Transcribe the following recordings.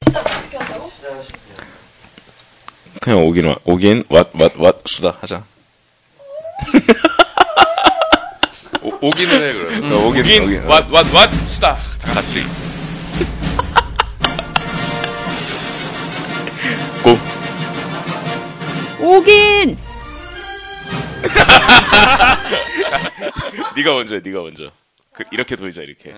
네. 하시면 돼요. 그냥 오긴 와- 오긴 왓왓왓 수다 하자. 오, 오기는 해 그러면. 어, 오긴 오긴 왓왓왓 수다 다 같이. 고. 오긴 네가 먼저 해, 네가 먼저. 그, 이렇게 돌자 이렇게.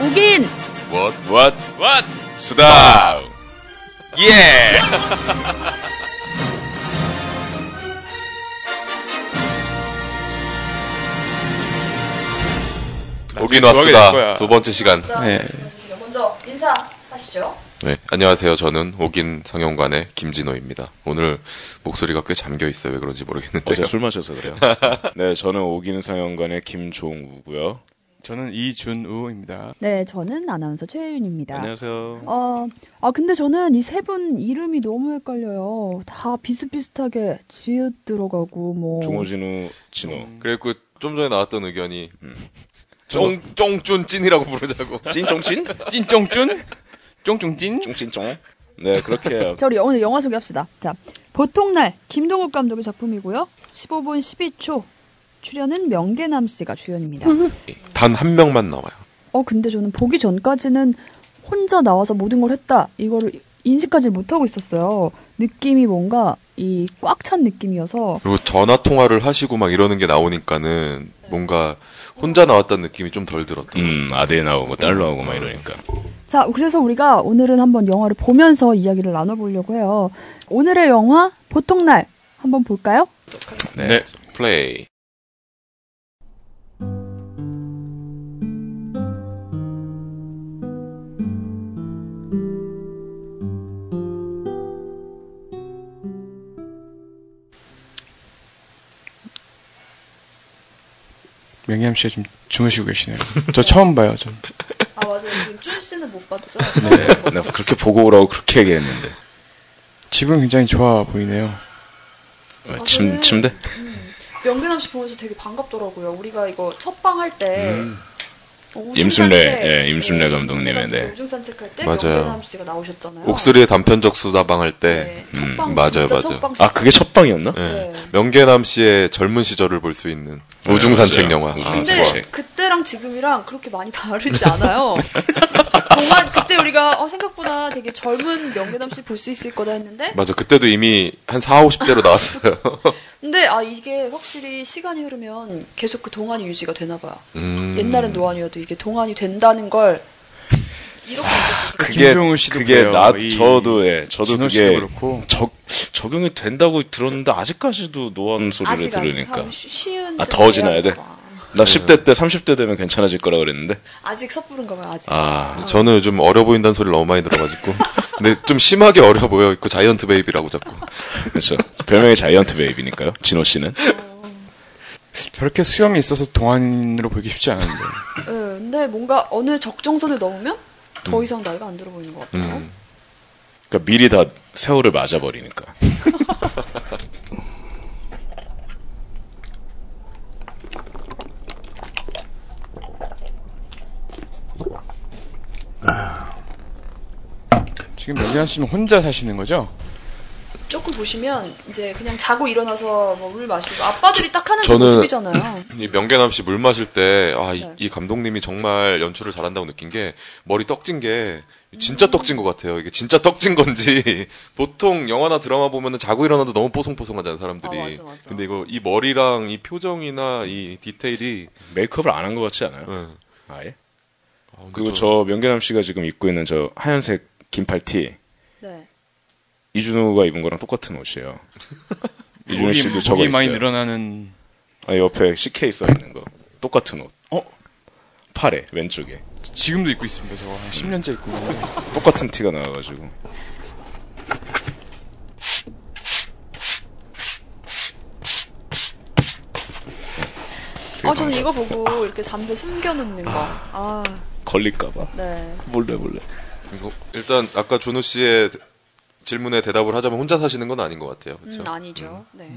오긴 왓왓 왓 수다. 예. 오긴 좋아하게 될 왓수다 거야. 두 번째 시간. 네. 먼저 인사하시죠. 네, 안녕하세요. 저는 오긴 상영관의 김진호입니다. 오늘 목소리가 꽤 잠겨 있어요. 왜 그런지 모르겠는데요. 어제 술 마셔서 그래요. 네, 저는 오긴 상영관의 김종우고요. 저는 이준우입니다. 네 저는 아나운서 최혜윤입니다. 네. 안녕하세요. 어, 아 근데 저는 이 세 분 이름이 너무 헷갈려요. 다 비슷비슷하게 지읒 들어가고 뭐 종우진우 진호. 그리고 좀 전에 나왔던 의견이 쫑 쫑준 찐이라고 부르자고. 음. 찐종진? 찐쫑준? 쫑쫑찐? 종진종. 네, 그렇게 해요. 저리 오늘 영화 소개합시다. 자, 보통날 김동욱 감독의 작품이고요. 15분 12초. 출연은 명계남 씨가 주연입니다. 단 한 명만 나와요. 어 근데 저는 보기 전까지는 혼자 나와서 모든 걸 했다 이거를 인식하지 못하고 있었어요. 느낌이 뭔가 이 꽉 찬 느낌이어서 그리고 전화 통화를 하시고 막 이러는 게 나오니까는 뭔가 혼자 나왔다는 느낌이 좀 덜 들었다. 음, 아들 나오고 딸 나오고 막 이러니까. 자 그래서 우리가 오늘은 한번 영화를 보면서 이야기를 나눠보려고 해요. 오늘의 영화 보통날 한번 볼까요? 네. 플레이. 명희암 씨가 지금 주무시고 계시네요. 저 처음 봐요. 저. 아 맞아요. 지금 준 씨는 못 봤죠. 네. 나 그렇게 보고 오라고 그렇게 얘기했는데. 지금 굉장히 좋아 보이네요. 어, 네. 침 침대? 명근함 씨 보면서 되게 반갑더라고요. 우리가 이거 첫방 할 때 음. 어, 임순례, 예, 임순례 감독님의, 네. 우중 산책할 때 맞아요. 명근함 씨가 나오셨잖아요. 옥스리의 단편적 수다방 할 때 네, 첫방 음, 맞아요, 진짜 맞아요. 첫방 아, 그게 첫 방이었나? 예, 네. 명계남 씨의 젊은 시절을 볼 수 있는 우중 산책 네, 맞아요. 영화. 우중 아, 근데 좋아. 네. 그때랑 지금이랑 그렇게 많이 다르지 않아요. 정말 그때 우리가 어, 생각보다 되게 젊은 명근함 씨 볼 수 있을 거다 했는데 맞아. 그때도 이미 한 4, 50대로 나왔어요. 근데 아 이게 확실히 시간이 흐르면 계속 그 동안이 유지가 되나 봐요. 음. 옛날엔 노안이어도 이게 동안이 된다는 걸 이렇게 김종우 씨도 그게 그래요. 나 이- 저도 예 저도 진호 씨도 그게 그렇고. 적 적용이 된다고 들었는데 아직까지도 노안 소리를 아직 아직 들으니까 한 쉬- 쉬운 아, 좀 더 지나야 돼? 봐. 나 10대 때 30대 되면 괜찮아질 거라 그랬는데 아직 섣부른가 봐요. 아직. 아, 저는 요즘 어려 보인다는 소리를 너무 많이 들어가지고. 근데 좀 심하게 어려 보여 있고, 자이언트 베이비라고 자꾸. 그렇죠 별명이 자이언트 베이비니까요 진호 씨는 그러니까 저렇게 수염이 있어서 동안으로 보이기 쉽지 않은데. 예, 근데 뭔가 어느 적정선을 넘으면 음. 더 이상 나이가 안 들어 보이는 것 같아요. 그러니까 미리 다 세월을 맞아 버리니까 지금 명희암 씨는 혼자 사시는 거죠? 조금 보시면 이제 그냥 자고 일어나서 뭐 물 마시고 아빠들이 딱 하는 그 저는- 모습이잖아요. 이 명계남 씨 물 마실 때, 아, 이, 네. 이 감독님이 정말 연출을 잘한다고 느낀 게, 머리 떡진 게, 진짜 떡진 것 같아요. 이게 진짜 떡진 건지, 보통 영화나 드라마 보면은 자고 일어나도 너무 뽀송뽀송하잖아요, 사람들이. 아, 맞아, 맞아. 근데 이거, 이 머리랑 이 표정이나 이 디테일이, 메이크업을 안 한 것 같지 않아요 네. 응. 아예 아, 근데 그렇죠. 그리고 저 명계남 씨가 지금 입고 있는 저 하얀색 긴팔 티 네. 이준호가 입은 거랑 똑같은 옷이에요 이준호 목이- 씨도 저거 목이 많이 있어요 늘어나는. 아, 옆에 CK 써 있는 거 똑같은 옷 어? 팔에 왼쪽에 지금도 입고 있습니다. 저거 한 10년째 입고 있는데. 똑같은 티가 나와가지고 어, 저는 이거 보고 이렇게 담배 숨겨놓는 거. 아, 걸릴까봐 네. 몰래 몰래 이거 일단 아까 준호 씨의 질문에 대답을 하자면 혼자 사시는 건 아닌 것 같아요. 그렇죠? 음, 아니죠. 네.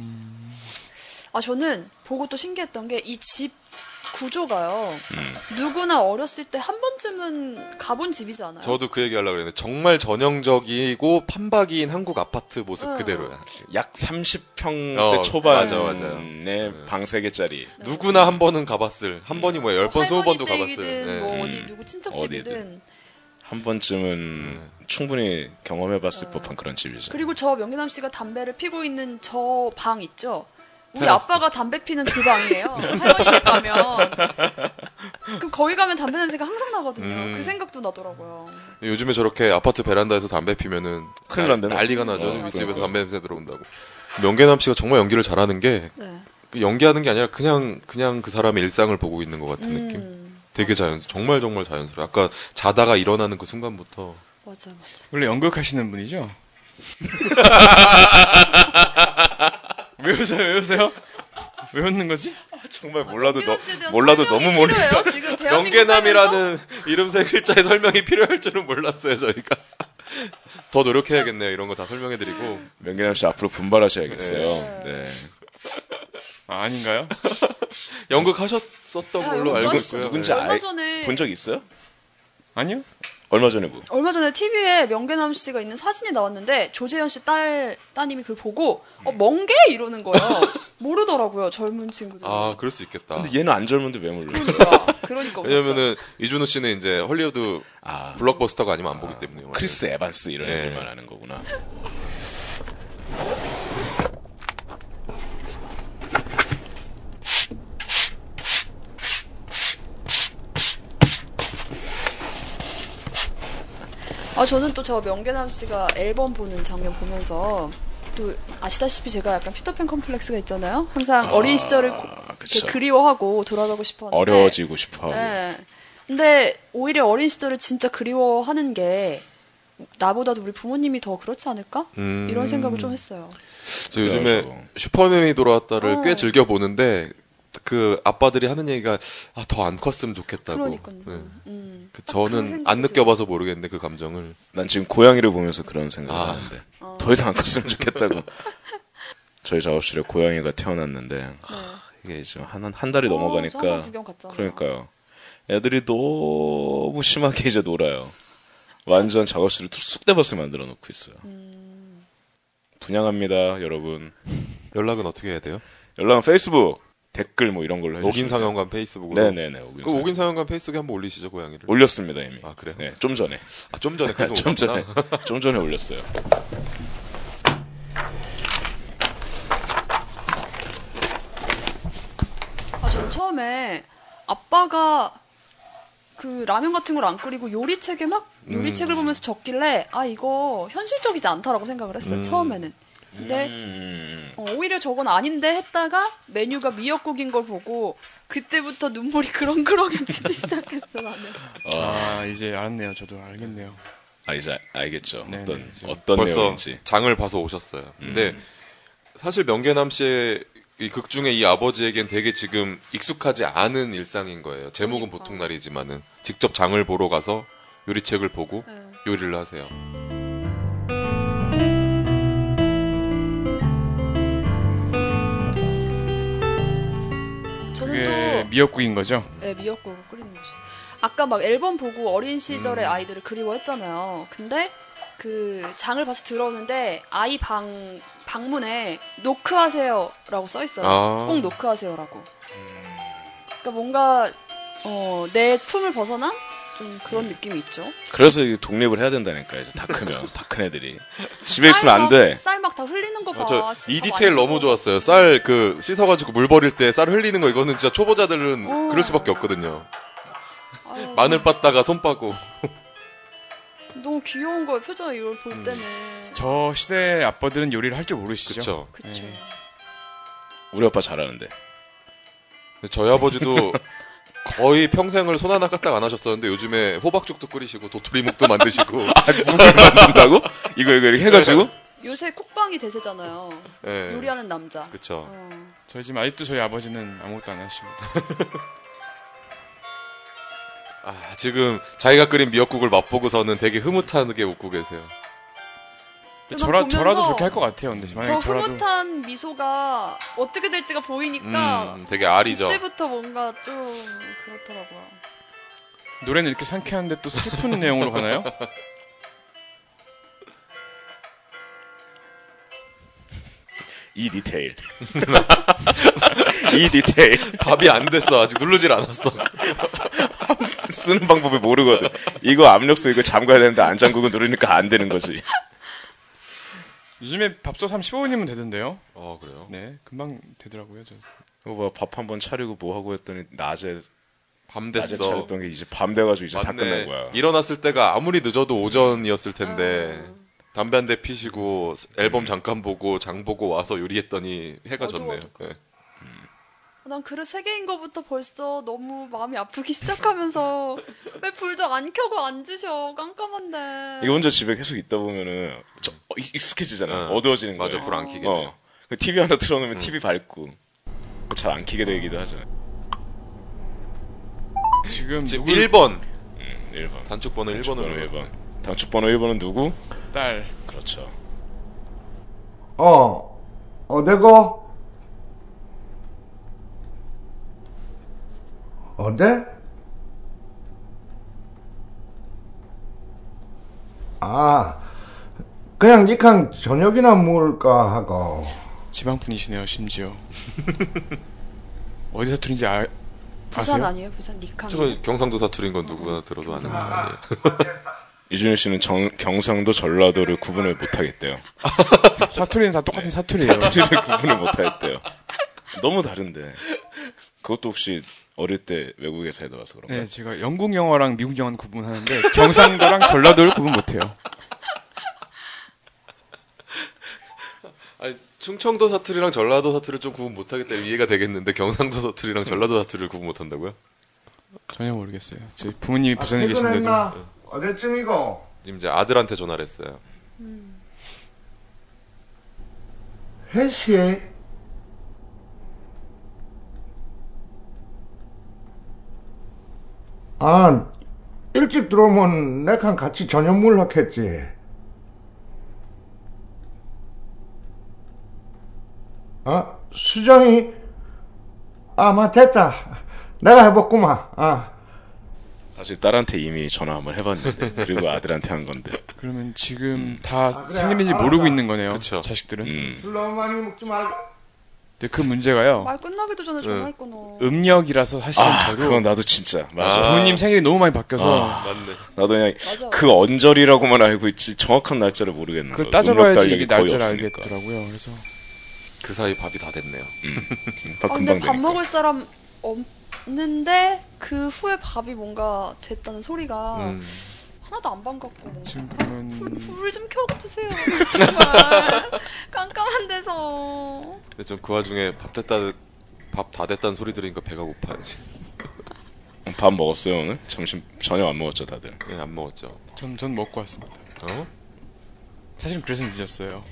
아 저는 보고 또 신기했던 게 이 집 구조가요. 음. 누구나 어렸을 때 한 번쯤은 가본 집이잖아요. 저도 그 얘기 하려고 그랬는데 정말 전형적이고 판박이인 한국 아파트 모습 응. 그대로야. 약 30평대 어, 초반의 맞아, 맞아요. 방 3개짜리. 누구나 한 번은 가봤을. 한 번이 뭐야, 열 번, 스무 번도 할머니 가봤을. 댁이든 네. 음. 뭐 음. 어디 누구 친척 집이든 한 번쯤은 충분히 경험해봤을 법한 그런 집이죠. 아. 그리고 저 명기남 씨가 담배를 피고 있는 저 방 있죠. 우리 테라스. 아빠가 담배 피는 그 방이에요. 할머니 집 가면 그럼 거기 가면 담배 냄새가 항상 나거든요. 음. 그 생각도 나더라고요. 요즘에 저렇게 아파트 베란다에서 담배 피면은 큰일 난- 난다네. 난리가 나죠. 어, 윗집에서 그러니까. 담배 냄새 들어온다고. 명계남 씨가 정말 연기를 잘하는 게 네. 그 연기하는 게 아니라 그냥 그냥 그 사람의 일상을 보고 있는 것 같은 느낌. 음. 되게 자연, 정말 정말 자연스러워. 아까 자다가 일어나는 그 순간부터 맞아 맞아. 원래 연극하시는 분이죠? 왜 웃어요? 왜 웃어요? 왜 웃는 거지? 정말 몰라도 아, 명기남 씨에 대한 몰라도 뭐 설명이 너무 머리 필요해요? 지금 대한민국 살면서? 명계남이라는 이름 세 글자의 설명이 필요할 줄은 몰랐어요 저희가. 더 노력해야겠네요. 이런 거 다 설명해드리고 명기남 씨 앞으로 분발하셔야겠어요. 네. 아, 아닌가요? 연극 하셨었던 야, 걸로 아, 연극 알고 하시죠. 있고요. 누군지 네. 얼마 알- 전에- 본적 있어요? 아니요? 얼마 전에 뭐? 얼마 전에 TV에 명계남 씨가 있는 사진이 나왔는데 조재현 씨 딸 따님이 그걸 보고 어 멍게 이러는 거예요. 모르더라고요 젊은 친구들. 아 그럴 수 있겠다. 근데 얘는 안 젊은데 왜 몰라? 그러니까 그러니까 웃었죠. 왜냐면은 이준호 씨는 이제 헐리우드 아. 블록버스터가 아니면 안 보기 때문에 영화를. 크리스 에반스 이런 네. 애들만 아는 거구나. 아 저는 또 저 명계남 씨가 앨범 보는 장면 보면서 또 아시다시피 제가 약간 피터팬 컴플렉스가 있잖아요. 항상 어린 시절을 고- 그쵸. 이렇게 그리워하고 돌아가고 싶었는데 어려워지고 싶어. 하고 네. 근데 오히려 어린 시절을 진짜 그리워하는 게 나보다도 우리 부모님이 더 그렇지 않을까? 음. 이런 생각을 좀 했어요. 저 요즘에 그래가지고. 슈퍼맨이 돌아왔다를 어. 꽤 즐겨 보는데 그 아빠들이 하는 얘기가 아, 더 안 컸으면 좋겠다고. 그러니까요. 네. 음. 그 딱 그런 저는 생각이 안 느껴봐서 모르겠는데 그 감정을. 난 지금 고양이를 보면서 그런 생각을 아. 하는데 더 이상 안 컸으면 좋겠다고. 저희 작업실에 고양이가 태어났는데 하, 이게 지금 한, 한 달이 네. 어, 넘어가니까 저한번 구경 갔잖아요. 그러니까요. 애들이 너무 심하게 이제 놀아요. 완전 작업실을 쑥대밭을 만들어 놓고 있어요. 음. 분양합니다, 여러분. 연락은 어떻게 해야 돼요? 연락은 페이스북 댓글 뭐 이런 걸로 해주세요. 오긴 상영관 페이스북으로. 네네네. 오긴 그 상영. 오긴 상영관 페이스북에 한번 올리시죠 고양이를. 올렸습니다 이미. 아, 그래요? 네, 좀 전에. 아, 좀 전에 그래서 좀 올렸구나. 음, 전에 좀 전에 올렸어요. 아, 저는 처음에 아빠가 그 라면 같은 걸 안 끓이고 요리책에 막 요리책을 보면서 적길래 아 이거 현실적이지 않다라고 생각을 했어요 처음에는 근데 음, 어, 오히려 저건 아닌데 했다가 메뉴가 미역국인 걸 보고 그때부터 눈물이 그렁그렁해지기 시작했어 나는 아, 이제 알았네요. 저도 알겠네요. 아 이제 알겠죠. 네네, 어떤 이제 어떤 벌써 내용인지. 음. 장을 봐서 오셨어요. 근데 사실 명계남 씨의 이 극 중에 이 아버지에겐 되게 지금 익숙하지 않은 일상인 거예요. 제목은 그러니까. 보통 날이지만은 직접 장을 보러 가서 요리책을 보고 네. 요리를 하세요. 저는 그게 또 미역국인 거죠? 네, 미역국을 끓이는 거죠. 아까 막 앨범 보고 어린 시절의 음. 아이들을 그리워했잖아요. 근데 그 장을 봐서 들어오는데 아이 방 방문에 노크하세요라고 써 있어요. 아. 음. 꼭 노크하세요라고. 그러니까 뭔가 어, 내 품을 벗어난 좀 음. 그런 느낌이 있죠. 그래서 이게 독립을 해야 된다니까 이제 다 크면 다 큰 애들이 집에 있으면 안 돼. 쌀 막 다 흘리는 거 봐. 아, 진짜 아, 저이 다 디테일 많이 너무 주고. 좋았어요. 쌀 그 씻어가지고 물 버릴 때 쌀 흘리는 거 이거는 진짜 초보자들은 오. 음. 그럴 수밖에 없거든요. 아유, 마늘 빻다가 손 빠고. 너무 귀여운 거예요. 표정 이걸 볼 음. 때는. 저 시대의 아빠들은 요리를 할 줄 모르시죠? 그렇죠. 그쵸. 예. 우리 아빠 잘하는데. 근데 저희 아버지도 거의 평생을 손 하나 까딱 안 하셨었는데 요즘에 호박죽도 끓이시고 도토리묵도 만드시고 물을 만든다고? 이거 이거 이렇게 해가지고 요새 쿡방이 대세잖아요. 예. 요리하는 남자. 그쵸. 어. 저희 지금 아직도 저희 아버지는 아무것도 안 하십니다. 아, 지금 자기가 끓인 미역국을 맛보고서는 되게 흐뭇하게 웃고 계세요. 근데 막 저라, 저라도 보면서 저렇게 할 것 같아요. 근데 저 만약에 저라도 흐뭇한 미소가 어떻게 될지가 보이니까 음, 되게 아리죠. 그때부터 뭔가 좀 그렇더라고요. 노래는 이렇게 상쾌한데 또 슬픈 내용으로 가나요? 이 디테일. 이 디테일. 밥이 안 됐어. 아직 누르질 않았어. 쓰는 방법을 모르거든. 이거 압력수 이거 잠가야 되는데 안 잠그고 누르니까 안 되는 거지. 요즘에 밥솥 한 15분이면 되던데요. 어, 그래요? 네, 금방 되더라고요. 저. 이거 봐밥 한 번 차리고 뭐 하고 했더니 낮에 밤 낮에 됐어. 차렸던 게 이제 밤 돼가지고 이제 다 맞네. 끝난 거야. 일어났을 때가 아무리 늦어도 오전이었을 텐데 아. 담배 한 대 피시고 앨범 잠깐 보고 장 보고 와서 요리했더니 해가 졌네요. 어두워졌구나. 네. 난 그릇 세 개인 거부터 벌써 너무 마음이 아프기 시작하면서 왜 불도 안 켜고 앉으셔 깜깜한데. 이거 혼자 집에 계속 있다 보면은 저- 어, 익- 익숙해지잖아. 응. 어두워지는 거야. 맞아, 불 안 켜게 돼요. 어. 그 TV 하나 틀어놓으면 TV 밝고 잘 안 켜게 되기도 하잖아. 지금 지금 누굴 1번 1번. 단축번호 1번으로 번호 1번. 단축번호 1번은 누구? 딸 그렇죠. 어, 어, 내거 어데? 네? 아, 그냥 니캉 저녁이나 먹을까 하고. 지방 분이시네요, 심지어. 어디 사투리인지 아, 부산 아세요? 아니에요? 부산 니캉. 저거 경상도 사투리인 건 누구나 들어도 아는 건데. 이준현 씨는 정- 경상도 전라도를 구분을 못하겠대요. 사투리는 다 똑같은 사투리예요. 사투리를 구분을 못하겠대요. 너무 다른데. 그것도 혹시 어릴 때 외국에 살다 와서 그런가? 네, 요 제가 영국 영어랑 미국 영어는 구분하는데 경상도랑 전라도를 구분 못해요. 아니, 충청도 사투리랑 전라도 사투리를 좀 구분 못하겠다 이해가 되겠는데 경상도 사투리랑 전라도 사투리를 구분 못한다고요? 전혀 모르겠어요. 저희 부모님이 부산에 아, 계신데도 예. 퇴근했나? 어제쯤이고. 지금 이제 아들한테 전화를 했어요. 회식에 아 일찍 들어오면 내랑 같이 저녁 물락했지 아 수정이 아마 됐다 내가 해봤구만 아 네. 사실 딸한테 이미 전화 한번 해봤는데 그리고 아들한테 한 건데 그러면 지금 다 음. 아, 그래, 생일인지 알았다. 모르고 있는 거네요. 그쵸. 자식들은. 음, 술 너무 많이 먹지 말고 근데 그 아, 문제가요. 말 끝나기도 전에 전화할 거너 음력이라서 사실은 아 저도 그건 나도 진짜 맞아 아, 부모님 생일이 너무 많이 바뀌어서 맞네. 나도 그냥 맞아. 그 언절이라고만 알고 있지 정확한 날짜를 모르겠는 거야 그걸 따져봐야지 달력이 이게 거의 날짜를 없으니까. 알겠더라고요. 그래서 그 사이 밥이 다 됐네요. 밥 아, 근데 금방 밥 되니까 먹을 사람 없는데 그 후에 밥이 뭔가 됐다는 소리가 음. 하나도 안 반갑고 뭔가. 지금 불, 그러면 불을 좀 켜고 드세요. 정말 깜깜한 데서. 근데 좀 그 와중에 밥 됐다 밥 다 됐다는 소리 들으니까 배가 고파요. 지금. 밥 먹었어요 오늘? 점심 저녁 안 먹었죠 다들 예, 안 먹었죠. 전, 전 먹고 왔습니다. 어? 사실 그래서 늦었어요.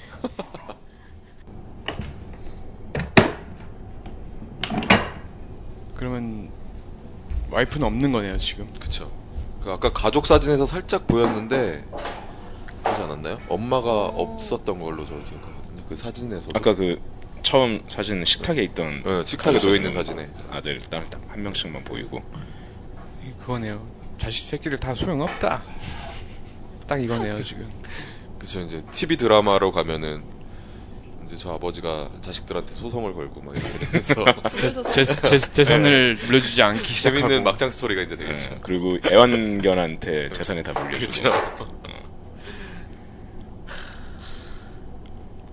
그러면 와이프는 없는 거네요 지금. 그쵸. 그 아까 가족 사진에서 살짝 보였는데 그러지 않았나요? 엄마가 없었던 걸로 저 기억하거든요. 그 사진에서 아까 그 처음 사진은 식탁에 있던 네, 식탁에 놓여 있는 사진에 아들 딸 딱 한 명씩만 보이고 이- 그거네요. 자식 새끼를 다 소용없다. 딱 이거네요 지금. 그쵸 이제 TV 드라마로 가면은 이제 저 아버지가 자식들한테 소송을 걸고 막 이렇게 해서 그래서 제, 제, 네. 재산을 물려주지 않기 아, 시작하고. 네. 재밌는 막장 스토리가 이제 예, 되겠죠. 그렇죠? 그리고 애완견한테 재산이 다 물려주고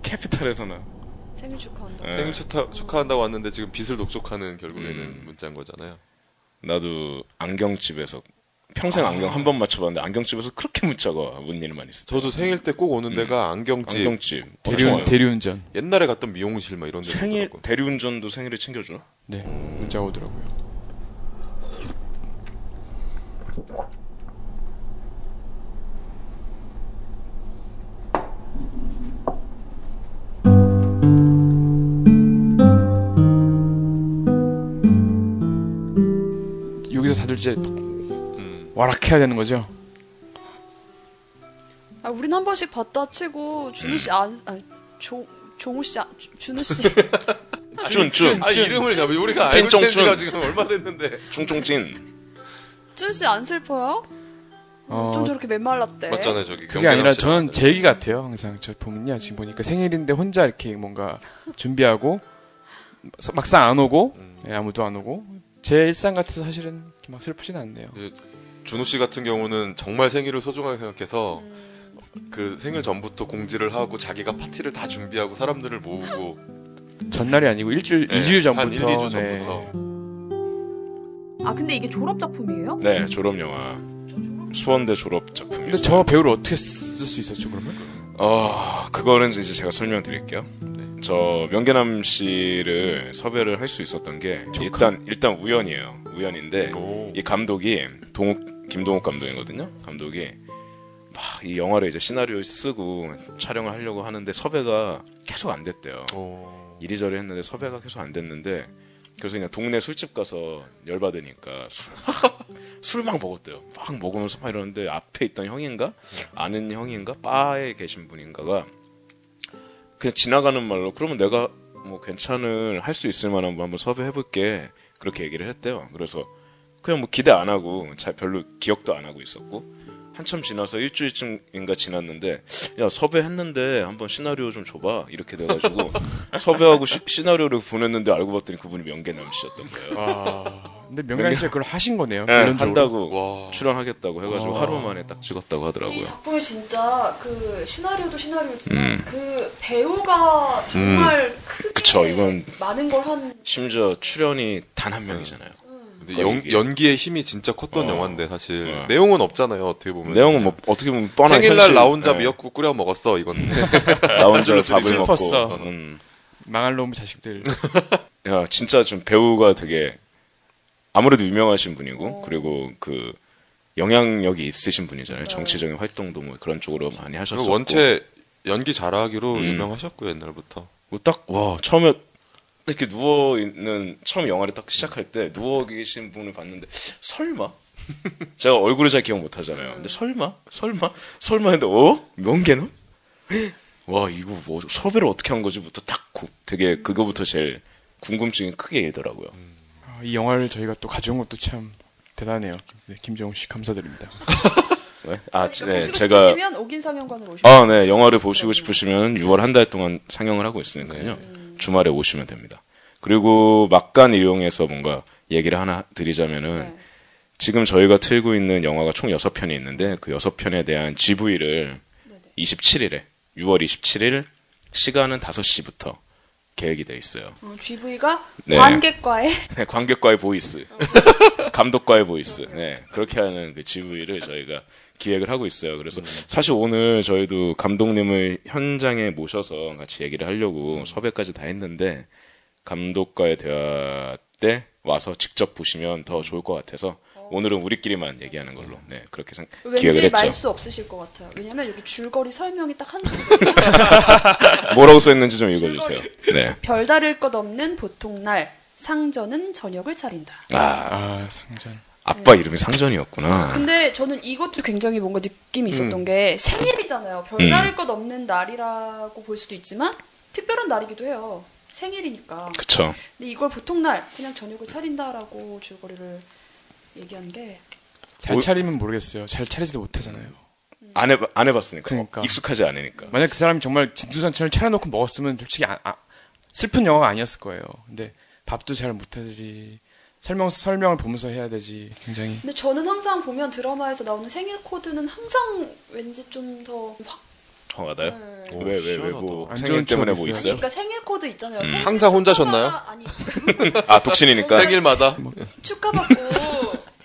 캐피탈에서나 생일 축하한다. 네. 예. 생일 축하, 축하한다고 왔는데 지금 빚을 독촉하는 결국에는 음. 문자인 거잖아요. 나도 안경집에서 평생 안경 한 번 맞춰봤는데 안경집에서 그렇게 문자가 와, 뭔 일만 있어. 저도 생일 때 꼭 음. 오는 데가 안경집, 안경집 엄청 와요. 대리운, 대리운전. 옛날에 갔던 미용실 막 이런 데 생일 대리운전도 생일에 챙겨줘. 네 문자 오더라고요. 음. 여기서 다들 이제 와락 해야 되는 거죠? 아, 우린 한 번씩 봤다 치고 준우 씨 안, 음. 아니, 종 종우 씨, 아, 주- 준우 씨, 쭌쭌 아 이름을 잡아 우리가 알고 찐쫑 지낸 지가 쭌. 지금 얼마 됐는데 네. 중종진 준우 씨 안 슬퍼요? 어쩜 저렇게 메말랐대? 맞잖아요 저기 그게 경쟁하시는 아니라 저는 분들. 제 얘기 같아요. 항상 저 보면요. 지금 보니까 생일인데 혼자 이렇게 뭔가 준비하고 막상 안 오고 예, 아무도 안 오고 제 일상 같아서 사실은 이렇게 막 슬프진 않네요. 준우 씨 같은 경우는 정말 생일을 소중하게 생각해서 음. 그 생일 전부터 공지를 하고 자기가 파티를 다 준비하고 사람들을 모으고 전날이 아니고 일주일, 네, 이주일 한 1, 전부터. 2주 네. 전부터 아 근데 이게 졸업 작품이에요? 네 졸업 영화 수원대 졸업 작품이요. 음. 근데 네. 저 배우를 어떻게 쓸 수 있었죠 그러면? 어, 그거는 이제 제가 설명드릴게요. 네. 저 명계남 씨를 섭외를 할 수 있었던 게 일단 일단 우연이에요. 우연인데 이 감독이 동욱 김동욱 감독이거든요. 감독이 막 이 영화를 이제 시나리오 쓰고 촬영을 하려고 하는데 섭외가 계속 안 됐대요. 뭐, 이리저리 했는데 섭외가 계속 안 됐는데 그래서 그냥 동네 술집 가서 열받으니까 술 술을 막 먹었대요. 막 먹으면서 막 이러는데 앞에 있던 형인가 아는 형인가 바에 계신 분인가가 그냥 지나가는 말로 그러면 내가 뭐 괜찮을 할 수 있을 만한 분 한번 섭외해볼게 그렇게 얘기를 했대요. 그래서 그냥 뭐 기대 안 하고 잘 별로 기억도 안 하고 있었고 한참 지나서 일주일쯤인가 지났는데 야 섭외했는데 한번 시나리오 좀 줘봐 이렇게 돼가지고 섭외하고 시, 나리오를 보냈는데 알고 봤더니 그분이 명계남 씨였던 거예요. 아, 근데 명량 씨가 그걸 하신 거네요. 예, 결론적으로. 한다고 와. 출연하겠다고 해가지고 하루 만에 딱 찍었다고 이 하더라고요. 작품이 진짜 그 시나리오도 시나리오지만 그 배우가 정말 크게 음. 그쵸, 이건- 많은 걸 한 심지어 출연이 단 한 명이잖아요. 근데 연, 거기. 연기의 힘이 진짜 컸던 영화인데 사실 내용은 없잖아요 어떻게 보면 어. 네. 내용은 뭐 어떻게 보면 그러니까. 뻔한 음, 생일날 현실. 나 혼자 예, 미역국 끓여 먹었어 이건 나 혼자 둘이 밥을 슬펐어. 먹고. 음. 망할 놈 자식들. 야 진짜 좀 배우가 되게 아무래도 유명하신 분이고 그리고 그 영향력이 있으신 분이잖아요. 정치적인 활동도 뭐 그런 쪽으로 많이 그리고 하셨었고. 원체 연기 잘하기로 그렇죠. 음. 유명하셨고 옛날부터 뭐딱와 처음에 이렇게 누워 있는 처음 영화를 딱 시작할 때 누워 계신 분을 봤는데 설마 제가 얼굴을 잘 기억 못 하잖아요. 근데 설마 설마 설마 했는데 어 명계는 와 이거 뭐 섭외를 어떻게 한 거지부터 딱 고- 되게 그거부터 제일 궁금증이 크게 일더라고요. 아, 이 영화를 저희가 또 가져온 것도 참 대단해요. 네, 김정욱 씨 감사드립니다. 네? 아 그러니까 네, 보시고 제가 싶으시면 오긴상영관으로 오시면 아, 네. 영화를 보시고 싶으시면 네. 6월 한 달 동안 상영을 하고 있으니까요. 주말에 오시면 됩니다. 그리고 막간 이용해서 뭔가 얘기를 하나 드리자면은 네. 지금 저희가 틀고 있는 영화가 총 6편이 있는데 그 6편에 대한 GV를 27일에 6월 27일 시간은 5시부터 계획이 돼 있어요. 어, GV가 네. 관객과의 네, 관객과의 보이스, 어. 감독과의 보이스, 네, 그렇게 하는 그 GV를 저희가 기획을 하고 있어요. 그래서 음. 사실 오늘 저희도 감독님을 현장에 모셔서 같이 얘기를 음. 하려고 섭외까지 다 했는데 감독과의 대화 때 와서 직접 보시면 음. 더 좋을 것 같아서 오늘은 우리끼리만 얘기하는 걸로 네 그렇게 생- 기획을 어. 왠지 했죠. 말수 없으실 것 같아요. 왜냐면 여기 줄거리 설명이 딱 한 줄. 뭐라고 써 있는지 좀 읽어주세요. 네, 별다를 것 없는 보통 날 상전은 저녁을 차린다. 아 상전. 네. 아빠 이름이 상전이었구나. 근데 저는 이것도 굉장히 뭔가 음. 느낌이 있었던 게 생일이잖아요. 별다를 것 없는 날이라고 볼 수도 있지만 특별한 날이기도 해요. 생일이니까. 그쵸. 근데 이걸 보통 날 그냥 저녁을 차린다라고 줄거리를 얘기한 게 잘 올- 차리면 모르겠어요. 잘 차리지도 못하잖아요. 음. 안 해봐 안 해봤으니까 그러니까. 익숙하지 않으니까. 만약 그 사람이 정말 진주산천을 차려놓고 먹었으면 솔직히 아, 아, 슬픈 영화가 아니었을 거예요. 근데 밥도 잘 못하지. 설명 설명을 보면서 해야 되지. 굉장히 근데 저는 항상 보면 드라마에서 나오는 생일 코드는 항상 왠지 좀 더 확. 어, 와닿아요? 네. 오, 왜, 왜, 왜, 시원하다. 뭐, 안 생일 좋은 때문에 추억 뭐 있어요? 있어요? 그러니까 생일 코드 있잖아요. 음. 생일 항상 혼자 축하받아- 셨나요? 아니 아, 독신이니까. 뭐 생일마다 축하받고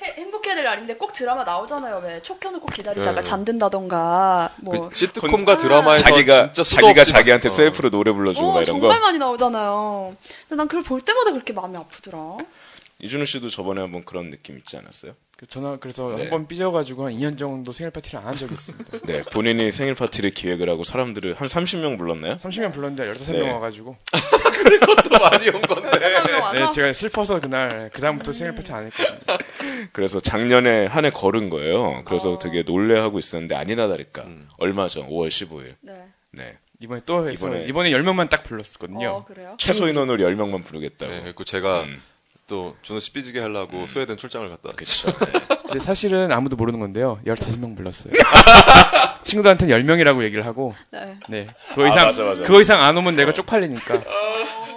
해- 행복해야 될 날인데 꼭 드라마 나오잖아요. 왜 촉켜놓고 기다리다가 네. 잠든다던가 뭐. 그 시트콤과 드라마에서 자기가, 진짜 수도 자기가 없이 자기한테 막- 어. 셀프로 노래 불러주고 막 어, 이런 정말 거. 많이 나오잖아요. 근데 난 그걸 볼 때마다 그렇게 마음이 아프더라. 네, 이준우 씨도 저번에 한번 그런 느낌 있지 않았어요? 그 저는 그래서 네. 한 번 삐져가지고 한 2년 정도 생일 파티를 안 한 적이 있습니다. 네, 본인이 생일 파티를 기획을 하고 사람들을 한 30명 불렀나요? 30명 불렀는데 15명 네. 와가지고 그럴 것도 많이 온 건데. 끝나고 아, 와서 네, 제가 슬퍼서 그날 그다음부터 생일 파티 안 했거든요. 그래서 작년에 한 해 걸은 거예요. 그래서 아. 되게 놀래하고 있었는데 아니나 다를까 그러니까. 음. 얼마 전 5월 15일 네. 네. 이번에 또 해서 이번에- 이번에, 열 명만 딱 불렀었거든요. 어 그래요? 최소 인원을 10명만 부르겠다고. 네, 그리고 제가 음. 또 준호 씨 삐지게 하려고 스웨덴 출장을 갔다 왔죠. 네. 근데 사실은 아무도 모르는 건데요. 15명 불렀어요. 친구들한테는 10명이라고 얘기를 하고 네. 네. 그거 이상 맞아, 맞아. 그거 이상 안 오면 내가 쪽팔리니까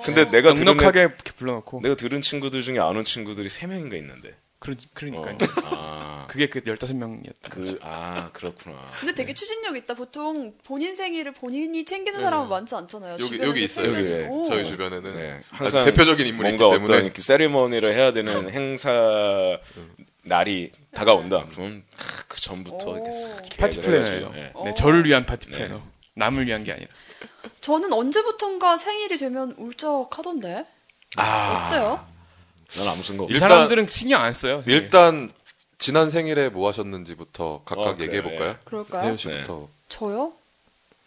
근데 내가 들은 네. 애- 넉넉하게 이렇게 불러놓고 내가 들은 친구들 중에 안 온 친구들이 3명인가 있는데. 그러, 그러니까요. 아. 그게 그 15명이었던 거죠. 그, 아, 그렇구나. 근데 되게 추진력 있다. 보통 본인 생일을 본인이 챙기는 사람은 많지 않잖아요. 네. 여기- 주변에서 여기 있어요. 여기, 챙겨주고. 저희 주변에는 네. 아주 대표적인 인물이기 뭔가 때문에 네. 어떤 이렇게 세리머니를 해야 되는 행사 날이 다가온다. 그럼 아, 그 전부터 이렇게 싹 계획을 파티 플래너예요. 해가지고, 예. 네, 저를 위한 파티 플래너. 남을 위한 게 아니라. 저는 언제부턴가 생일이 되면 울적하던데. 아. 어때요? 네. 난 아무 생각 이 없어. 일단- 사람들은 신경 안 써요. 예. 되게. 일단 지난 생일에 뭐 하셨는지부터 각각 어, 그래요. 얘기해 볼까요? 그럴까요? 태현 씨부터. 저요?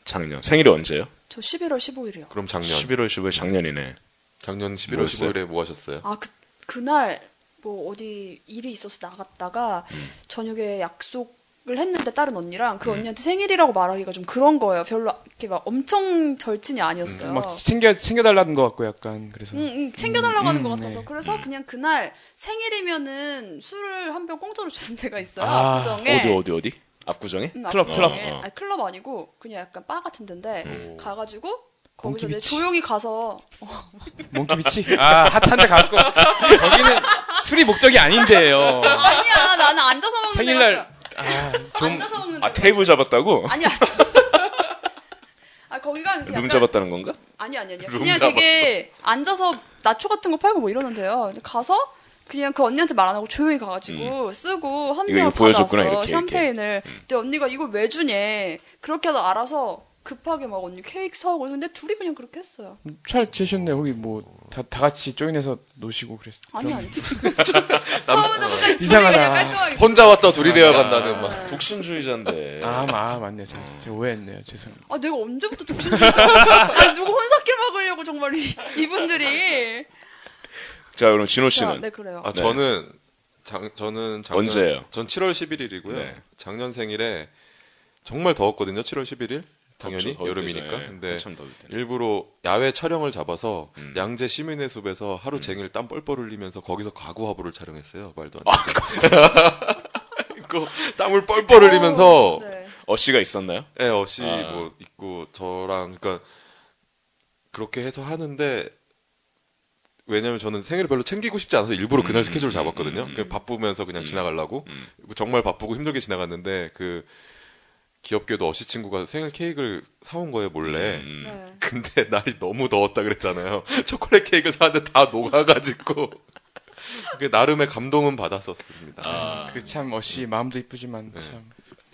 작년. 생일이 언제예요? 저 11월 15일이요. 그럼 작년 11월 15일 작년이네. 작년 11월 뭐였어요? 15일에 뭐 하셨어요? 아, 그, 그날 뭐 어디 일이 있어서 나갔다가 저녁에 약속을 했는데 다른 언니랑 음. 그 언니한테 생일이라고 말하기가 좀 그런 거예요. 별로 이렇게 막 엄청 절친이 아니었어요. 음, 막 챙겨 챙겨달라는 것 같고 약간 그래서 응, 응, 챙겨달라고 음, 하는 음, 것 같아서 네. 그래서 그냥 그날 생일이면은 술을 한 병 공짜로 주는 데가 있어요 아, 앞정에 어디, 어디, 어디? 압구정에? 응, 클럽, 앞정에. 클럽. 음. 어, 어. 아니, 클럽 아니고 그냥 약간 바 같은 데인데 가가지고 거기서 이제 몽키비치. 조용히 가서 몽키비치 아 핫한데 갖고 거기는 술이 목적이 아닌데요. 아니야 나는 앉아서 먹는 생일날 데가 있어 앉아서 먹는 데가 아, 테이블 잡았다고? 아니야 아 거기가 룸 약간- 잡았다는 건가? 아니 아니 아니 룸 그냥 되게 앉아서 나초 같은 거 팔고 뭐 이러는데요 근데 가서 그냥 그 언니한테 말 안 하고 조용히 가가지고 쓰고 한 음. 이거, 병을 이거 보여줬구나, 받았어 이렇게, 음. 샴페인을 근데 언니가 이걸 왜 주냐 그렇게 해서 알아서 급하게 막 언니 케이크 사오고 근데 둘이 그냥 그렇게 했어요 잘 지내셨네 거기 뭐 다 다 같이 쪼인해서 노시고 그랬어. 아니 아니 처음부터 끝까지 둘이 이상하다. 그냥 깔끔하게 혼자 왔다 둘이 되어 간다는 막. 독신주의자인데. 아, 아 맞네 제가, 제가 오해했네요 죄송합니다. 아 내가 언제부터 독신주의자 아니 누구 혼사길 막으려고 정말 이, 이분들이 자, 그럼 진호 자, 씨는? 네 그래요 아 네. 저는 작, 저는 작년, 언제예요? 전 7월 11일이고요. 네. 작년 생일에 정말 더웠거든요. 7월 11일 당연히 덥죠, 더울 여름이니까. 때죠, 예. 근데 한참 더울 때는. 일부러 야외 촬영을 잡아서 음. 양재 시민의 숲에서 하루 종일 땀 뻘뻘 흘리면서 거기서 가구 화보를 촬영했어요. 말도 안 돼. 그 땀을 뻘뻘 흘리면서 어, 네. 어씨가 있었나요? 예, 어시 아. 뭐 있고 저랑 그러니까 그렇게 해서 하는데 왜냐면 저는 생일을 별로 챙기고 싶지 않아서 일부러 음, 그날 스케줄을 잡았거든요. 그냥 바쁘면서 그냥 지나가려고 그 정말 바쁘고 힘들게 지나갔는데 그 귀엽게도 어시 친구가 생일 케이크를 사온 거예요 몰래. 음, 네. 근데 날이 너무 더웠다 그랬잖아요. 초콜릿 케이크를 사는데 다 녹아가지고 그 나름의 감동은 받았었습니다. 그 참 어씨 마음도 이쁘지만 참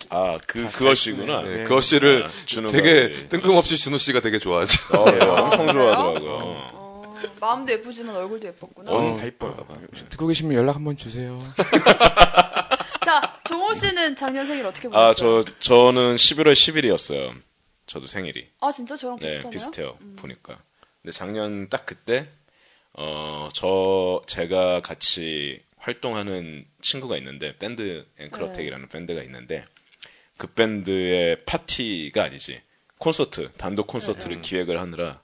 아, 그, 그 어씨구나. 네, 그 어씨를 아, 준호가 되게 이제- 뜬금없이 준호 씨가 되게 좋아하죠. 어, 예, 엄청 아, 그래요? 좋아하더라고요. 어, 마음도 예쁘지만 얼굴도 예뻤구나 어, 다 이뻐요. 듣고 계시면 연락 한번 주세요. 자, 종호 씨는 작년 생일 어떻게 아, 보냈어요? 저, 저는 11월 10일이었어요. 저도 생일이. 아, 진짜 저랑 네, 비슷하네요. 음. 비슷해요. 보니까. 근데 작년 딱 그때, 어, 저, 제가 같이 활동하는 친구가 있는데, 밴드, 앵크러텍이라는 네. 밴드가 있는데, 그 밴드의 파티가 아니지. 콘서트, 단독 음, 콘서트를 기획을 하느라,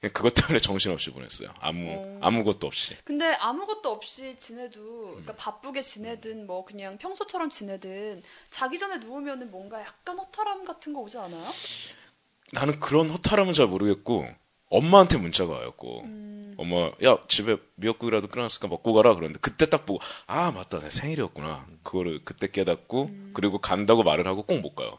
그냥 그것 때문에 정신없이 보냈어요. 아무, 아무것도 없이. 근데 아무것도 없이 지내도 음. 그러니까 바쁘게 지내든 뭐 그냥 평소처럼 지내든 자기 전에 누우면은 뭔가 약간 허탈함 같은 거 오지 않아요? 나는 그런 허탈함은 잘 모르겠고 엄마한테 문자가 와였고 음. 엄마 야 집에 미역국이라도 끓여놨으니까 먹고 가라 그러는데 그때 딱 보고 아 맞다 내 생일이었구나 음. 그거를 그때 깨닫고 그리고 간다고 말을 하고 꼭 못 가요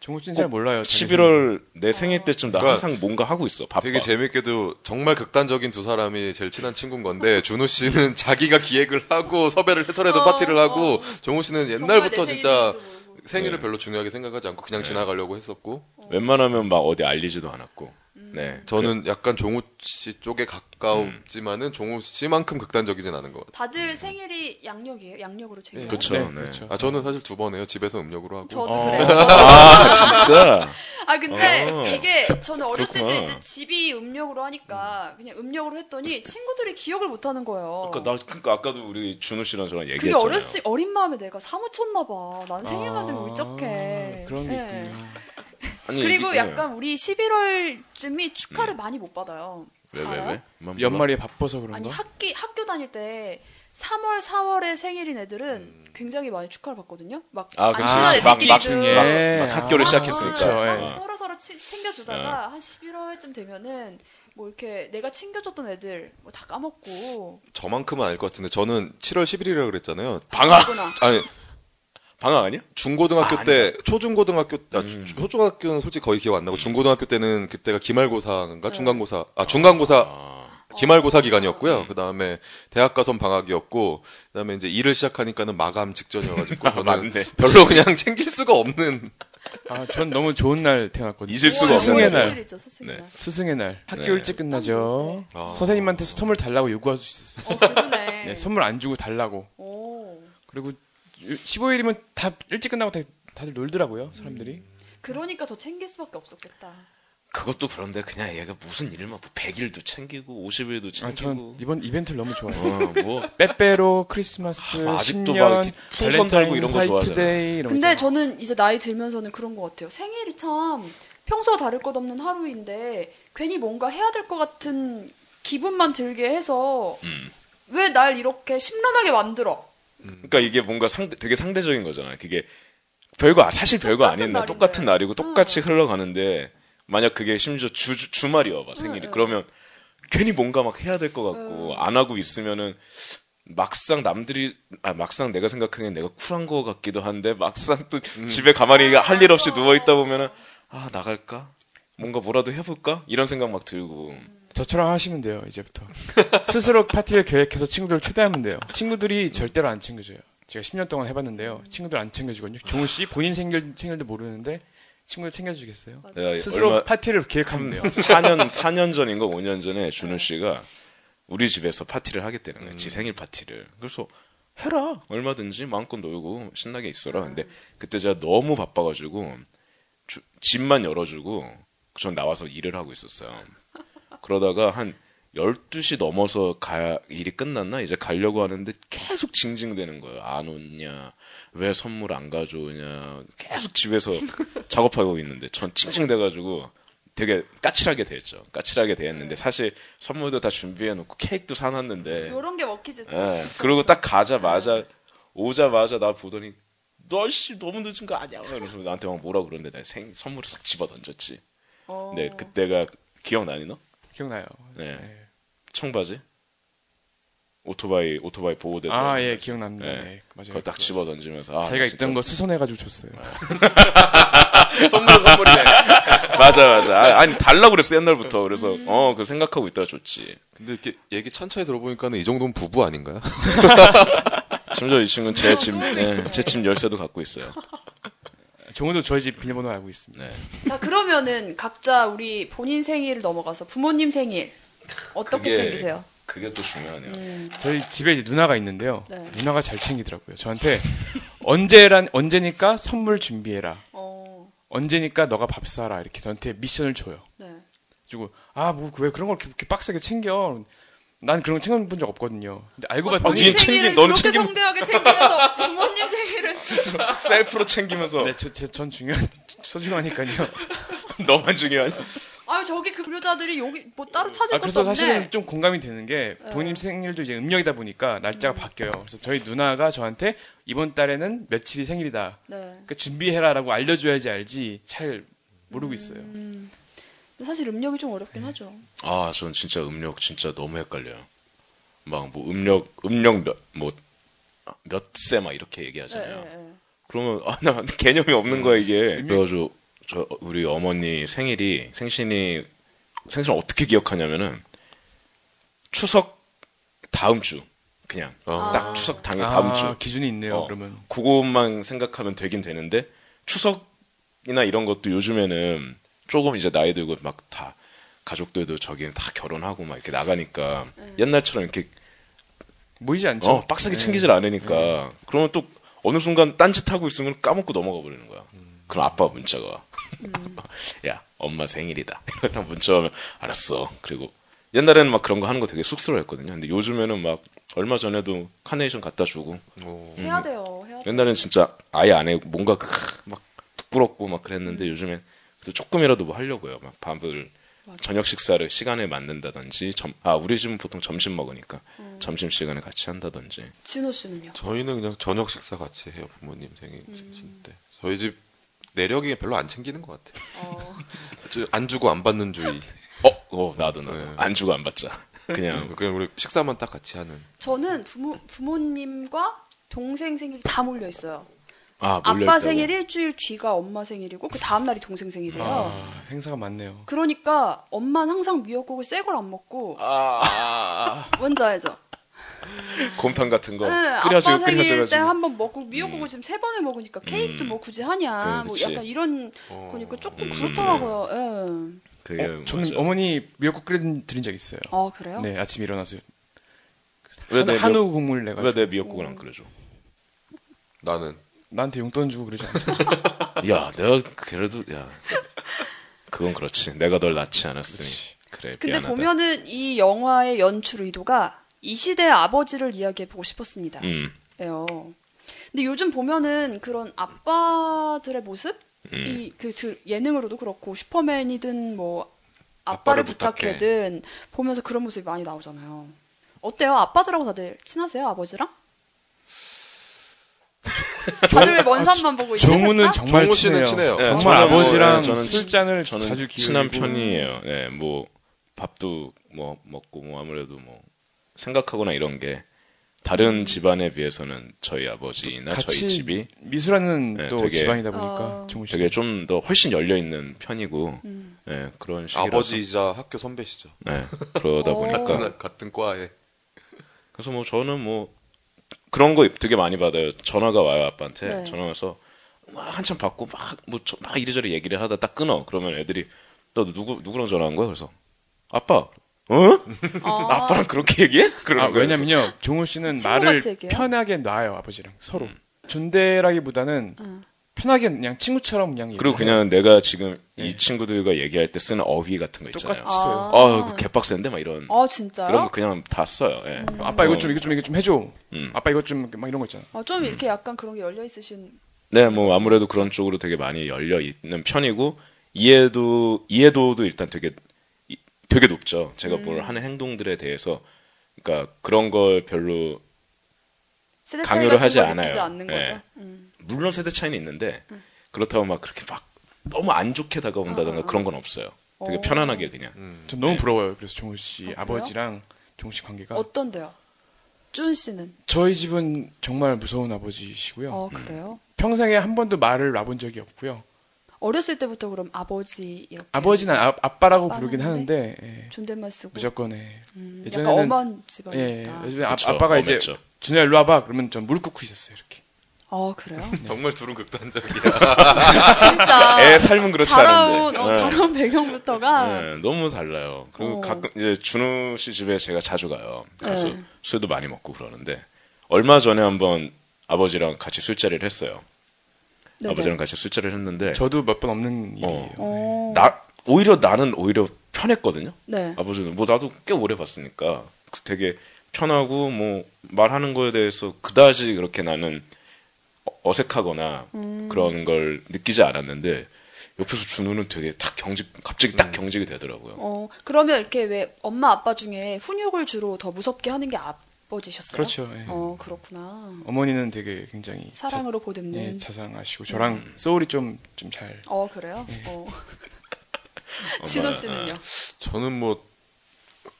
종우진 잘 몰라요. 아, 자기 11월 내 생일 때쯤 나 그러니까 항상 뭔가 하고 있어 바빠 되게 재밌게도 정말 극단적인 두 사람이 제일 친한 친구인 건데 준우 씨는 자기가 기획을 하고 섭외를 해설해도 파티를 하고 정우 씨는 옛날부터 어, 정말 내 진짜 생일인지도 뭐. 모르고. 어. 생일을 별로 중요하게 생각하지 않고 그냥 지나가려고 했었고 웬만하면 막 어디 알리지도 않았고 음. 네. 저는 약간 종우 씨 쪽에 가까웠지만은 종우 씨만큼 극단적이진 않은 것 같아요. 다들 생일이 양력이에요. 양력으로 챙겨요. 네. 음. 그쵸. 네, 네. 그렇죠. 아 저는 사실 두 번 해요. 집에서 음력으로 하고. 저도 어. 그래요. 아, 진짜? 아 근데 어. 이게 저는 어렸을 그렇구나. 때 이제 집이 음력으로 하니까 그냥 음력으로 했더니 친구들이 기억을 못 하는 거예요. 그러니까 나 그러니까 아까도 우리 준우 씨랑 저랑 어. 그게 얘기했잖아요. 어렸을 어린 마음에 내가 사무쳤나 봐. 난 생일만 되면 울적해. 아, 그런 게 예. 있군요. 아니, 그리고 이게- 약간 우리 11월쯤이 축하를 음. 많이 못 받아요. 왜, 왜, 알아요? 왜? 엄마 몰라? 연말에 바빠서 아니 그런가? 학기 학교 다닐 때 3월 4월에 생일인 애들은 굉장히 많이 축하를 받거든요. 막 음. 아, 안 그치. 친한 막, 막, 애들끼리도 막, 중에. 막 학교를 아, 시작했으니까. 그쵸, 예. 막 어. 서로 서로 치- 챙겨주다가 한 11월쯤 되면은 뭐 이렇게 내가 챙겨줬던 애들 뭐 다 까먹고 저만큼은 아닐 것 같은데 저는 7월 11일이라고 그랬잖아요. 방학, 그러구나. 아니 방학 아니야? 중고등학교 때 초중고등학교 아, 주- 초중학교는 솔직히 거의 기억 안 나고 중고등학교 때는 그때가 기말고사인가 중간고사 음. 아 중간고사 아, 기말고사 기간이었고요. 그 다음에 대학 가선 방학이었고 그 다음에 이제 일을 시작하니까는 마감 직전이어가지고 저는 맞네. 별로 그냥 챙길 수가 없는 아, 전 너무 좋은 날 태어났거든요. 잊을 수가 우와, 없어요. 스승의 날. 스승일이죠, 스승의 네. 날. 스승의 날. 학교 네. 일찍 끝나죠. 아. 선생님한테 선물 달라고 요구할 수 있었어요. 어, 그러네. 네, 선물 안 주고 달라고. 오. 그리고 15일이면 다 일찍 끝나고 다, 다들 놀더라고요, 사람들이. 그러니까 더 챙길 수밖에 없었겠다. 그것도 그런데 그냥 얘가 무슨 일만, 100일도 챙기고, 50일도 아, 전 챙기고. 이번 이벤트를 너무 좋아해요. 어, 뭐. 빼빼로, 크리스마스, 아, 아직도 막 신년, 이렇게 풍선 달고 이런 거 좋아하잖아요. 화이트데이 이런 근데 거. 있잖아요. 저는 이제 나이 들면서는 그런 것 같아요. 생일이 참 평소와 다를 것 없는 하루인데 괜히 뭔가 해야 될 것 같은 기분만 들게 해서 왜 날 이렇게 심란하게 만들어? 그러니까 이게 뭔가 상대, 되게 상대적인 거잖아요. 그게 별거 아- 사실 별거 똑같은 아닌 날인데. 날 음, 똑같은 날이고 똑같이 흘러가는데 만약 그게 심지어 주 음, 주말이어봐 생일이 응. 그러면 괜히 뭔가 막 해야 될 것 같고 음. 안 하고 있으면은 막상 남들이 아 막상 내가 생각하기엔 내가 쿨한 것 같기도 한데 막상 또 음. 집에 가만히 아. 할 일 없이 누워 있다 보면은 아 나갈까 뭔가 뭐라도 해볼까 이런 생각 막 들고 음. 저처럼 하시면 돼요, 이제부터. 스스로 파티를 계획해서 친구들을 초대하면 돼요. 친구들이 절대로 안 챙겨줘요. 제가 10년 동안 해봤는데요. 친구들 안 챙겨주거든요. 종우 씨 본인 생일, 생일도 모르는데 친구들 챙겨주겠어요? 내가 스스로 얼마- 파티를 계획하면 돼요. 4년 4년 전인가 5년 전에 준우 씨가 우리 집에서 파티를 하겠다는 거야. 지 생일 파티를. 그래서 해라. 얼마든지 마음껏 놀고 신나게 있어라. 근데 그때 제가 너무 바빠 가지고 집만 열어 주고 전 나와서 일을 하고 있었어요. 그러다가 한 12시 넘어서 가, 일이 끝났나? 이제 가려고 하는데 계속 징징대는 거예요. 안 오냐? 왜 선물 안 가져오냐? 계속 집에서 작업하고 있는데 전 징징대가지고 되게 까칠하게 대했죠. 까칠하게 대했는데 사실 선물도 다 준비해놓고 케이크도 사놨는데 이런 게 먹히지. 또. 예, 그리고 딱 가자마자 오자마자 나 보더니 너 씨 너무 늦은 거 아니야? 이러면서 나한테 막 뭐라 그러는데 내가 생, 선물을 싹 집어 던졌지. 어. 근데 그때가 기억나니 너? 기억나요? 네. 네. 청바지? 오토바이 오토바이 보호대 아, 예, 들어가면서 기억납니다. 네. 네. 맞아요. 그걸 딱 그거 집어 던지면서 아, 자기가 나 진짜- 네. 입던 거 수선해가지고 줬어요. 선물 선물이네. 맞아 맞아 아, 아니 달라고 그랬어 옛날부터 그래서 어 그 생각하고 있다가 줬지 근데 이렇게 얘기 천천히 들어보니까는 이 정도면 부부 아닌가요? 심지어 이 친구는 제집 네, 진짜 소름이 제집 열쇠도 갖고 있어요 종우도 저희 집 비밀번호 알고 있습니다. 자 그러면은 각자 우리 본인 생일을 넘어가서 부모님 생일 어떻게 그게- 챙기세요? 그게 또 중요하네요 저희 집에 이제 누나가 있는데요. 네. 누나가 잘 챙기더라고요. 저한테 언제란 언제니까 선물 준비해라. 어, 언제니까 너가 밥 사라 이렇게 저한테 미션을 줘요. 네. 그리고 아 뭐 왜 그런 걸 이렇게, 이렇게 빡세게 챙겨? 난 그런 거 챙겨본 적 없거든요. 근데 알고 아, 본인 봤더니 니는 생일을 챙김- 너는 그렇게 챙김- 성대하게 챙기면서 부모님 생일을 셀프로 챙기면서 네, 저, 제- 전 중요한 소중하니까요. 너만 중요한 아유 저기 급료자들이 여기 뭐 따로 찾을 아, 것도 그래서 없네. 사실은 좀 공감이 되는 게 네. 본인 생일도 이제 음력이다 보니까 날짜가 바뀌어요. 그래서 저희 누나가 저한테 이번 달에는 며칠이 생일이다. 네. 그러니까 준비해라라고 알려줘야지 알지 잘 음. 모르고 있어요. 근데 사실 음력이 좀 어렵긴 하죠. 아, 전 진짜 음력 진짜 너무 헷갈려요. 막 뭐 음력 음력 뭐 몇뭐몇세 막 이렇게 얘기하잖아요. 예, 예, 예. 그러면 아, 나 개념이 없는 거야 이게. 그래가지고 저 우리 어머니 생일이 생신이 생신 어떻게 기억하냐면은 추석 다음 주 그냥 딱 추석 네, 당일 다음 주 아, 기준이 있네요. 어, 그러면 그것만 생각하면 되긴 되는데 추석이나 이런 것도 요즘에는 조금 이제 나이 들고 막 다 가족들도 저기는 다 결혼하고 막 이렇게 나가니까 옛날처럼 이렇게 모이지 않죠. 어, 빡세게 챙기질 않으니까 네. 그러면 또 어느 순간 딴짓 하고 있으면 까먹고 넘어가 버리는 거야. 음. 그럼 아빠 문자가 와. 야 엄마 생일이다. 딱 문자 오면 알았어. 그리고 옛날에는 막 그런 거 하는 거 되게 쑥스러워했거든요. 근데 요즘에는 막 얼마 전에도 카네이션 갖다 주고 해야 돼요. 해야 돼. 옛날에는 진짜 아예 안 해. 뭔가 크- 막 부끄럽고 막 그랬는데 음. 요즘엔 그래도 조금이라도 뭐 하려고요. 막 밥을 저녁 식사를 시간에 맞는다든지 점, 아 우리 집은 보통 점심 먹으니까 음. 점심 시간에 같이 한다든지 진호 씨는요? 저희는 그냥 저녁 식사 같이 해요 부모님 생일 생신 때. 저희 집 내력이 별로 안 챙기는 것 같아요. 어, 저안 주고 안 받는 주의. 어, 어 나도 나도 네. 안 주고 안 받자. 음. 그냥 그냥 우리 식사만 딱 같이 하는. 저는 부모 부모님과 동생 생일이 다 몰려 있어요. 아 몰려 아빠 있다고. 생일 일주일 뒤가 엄마 생일이고 그 다음 날이 동생 생일이에요. 아, 행사가 많네요. 그러니까 엄마는 항상 미역국을 새 걸 안 먹고 아, 뭔지 알죠? 뭐 곰탕 같은 거 네, 아빠 어, 끓여지고 생일 때 끓여져가지고 한 번 먹고 미역국을 지금 세 번을 먹으니까 케이크도 뭐 굳이 하냐 그래, 뭐 그치. 어. 음. 약간 이런 거니까 조금 그렇더라고요. 예. 그게 어, 저는 맞아. 어머니 미역국 끓인 드린 적 있어요. 아 그래요? 네, 아침에 일어나서 왜 한우, 내 아, 한우 미역- 국물 내가 왜내 미역국을 안 끓여줘? 나는 나한테 용돈 주고 그러지 않죠. 야 내가 그래도 야 그건 그렇지. 내가 널 낳지 않았으니 그래 근데 미안하다. 보면은 이 영화의 연출 의도가 이 시대의 아버지를 이야기해 보고 싶었습니다. 음, 예요. 근데 요즘 보면은 그런 아빠들의 모습 음. 이 그 예능으로도 그렇고 슈퍼맨이든 뭐 아빠를 아빠를 부탁해. 부탁해든 보면서 그런 모습이 많이 나오잖아요. 어때요? 아빠들하고 다들 친하세요? 아버지랑? 다들 아, 왜 원산만 보고 있지? 정우는 셋 다? 정말 정우 씨는 친해요. 친해요. 네, 정말 저는 뭐, 아버지랑 네, 저는 친- 술잔을 저는 자주 기울이고 친한 편이에요. 네, 뭐 밥도 뭐 먹고 뭐 아무래도 뭐 생각하거나 이런 게 다른 집안에 비해서는 저희 아버지나 같이 저희 집이 미술하는 네, 또 되게- 집안이다 보니까 어. 정우 씨 되게 좀 더 훨씬 열려 있는 편이고 예, 그런 식이라서 아버지이자 학교 선배시죠. 네, 그러다 어. 보니까 같은 같은 과에. 그래서 뭐 저는 뭐 그런 거 되게 많이 받아요 전화가 와요 아빠한테 네. 전화 와서 막 한참 받고 막 뭐 막 이리저리 얘기를 하다 딱 끊어 그러면 애들이 너 누구 누구랑 전화한 거야 그래서 아빠 어 아빠랑 그렇게 얘기해 그러는 아, 거예요 왜냐면요 정우 씨는 친구같이 말을 얘기해요? 편하게 놔요 아버지랑 서로 음. 존대라기보다는 편하게 그냥 친구처럼 그냥 그리고 그냥 내가 지금 이 친구들과 얘기할 때 쓰는 어휘 같은 거 있잖아요 네. 똑같이 써요. 아. 아 이거 개빡센데 막 이런 아 진짜요? 이런 거 그냥 다 써요 예. 음. 아빠 이것 어. 음. 좀 이것 좀 이것 좀 해줘. 아빠 이것 좀 막 이런 거 있잖아. 아, 좀 이렇게 약간 그런 게 열려 있으신 네, 뭐 아무래도 그런 쪽으로 되게 많이 열려 있는 편이고 이해도 이해도도 일단 되게 이- 되게 높죠. 제가 음. 뭘 하는 행동들에 대해서 그러니까 그런 걸 별로 세대 차이 강요를 같은 하지 걸 않아요. 느끼지 않는 예. 거죠. 음. 물론 세대 차이는 있는데 그렇다고 막 그렇게 막 너무 안 좋게 아. 다가온다던가 그런 건 없어요. 되게 어. 편안하게 그냥. 전 네. 너무 부러워요. 그래서 정우 씨 아버지랑 정우 씨 관계가 어떤데요? 준 씨는? 저희 집은 정말 무서운 아버지시고요. 어 그래요? 평생에 한 번도 말을 놔본 적이 없고요. 어렸을 때부터 그럼 아버지 이렇게 아버지는 아, 아빠라고 부르긴 아빠는데? 하는데 예, 존댓말 쓰고 무조건 예. 음, 약간 예전에는 엄한 예, 집안이었다. 요즘에 아, 그쵸, 아빠가 이제 엄했죠. 준호야 일로 와봐 그러면 전 무릎 꿇고 있었어요 이렇게. 아 그래요? 정말 둘은 극단적이야. 진짜 애 삶은 그렇지 아, 자라온 않은데. 어, 네. 자라온 예. 배경부터가 네, 너무 달라요. 그리고 아. 어. 가끔 이제 준우 씨 집에 제가 자주 가요. 가서 네. 술도 많이 먹고 그러는데 얼마 전에 한번 아버지랑 같이 술자리를 했어요. 네네. 아버지랑 같이 술자리를 네. 했는데 저도 몇 번 없는 일이에요. 어, 나 오히려 나는 오히려 편했거든요. 음. 네. 아버지는 뭐 나도 꽤 오래 봤으니까 되게 편하고 뭐 말하는 거에 대해서 그다지 그렇게 나는 어- 어색하거나 음. 그런 걸 느끼지 않았는데 옆에서 준우는 되게 딱 경직 갑자기 딱 경직이 되더라고요. 어 그러면 이렇게 왜 엄마 아빠 중에 훈육을 주로 더 무섭게 하는 게 아버지셨어요? 그렇죠. 예. 어 그렇구나. 어머니는 되게 굉장히 자- 사랑으로 보듬는. 음. 예, 자상하시고 음. 저랑 소울이 좀 좀 잘 어 그래요? 예. 어. 진호 씨는요? 저는 뭐,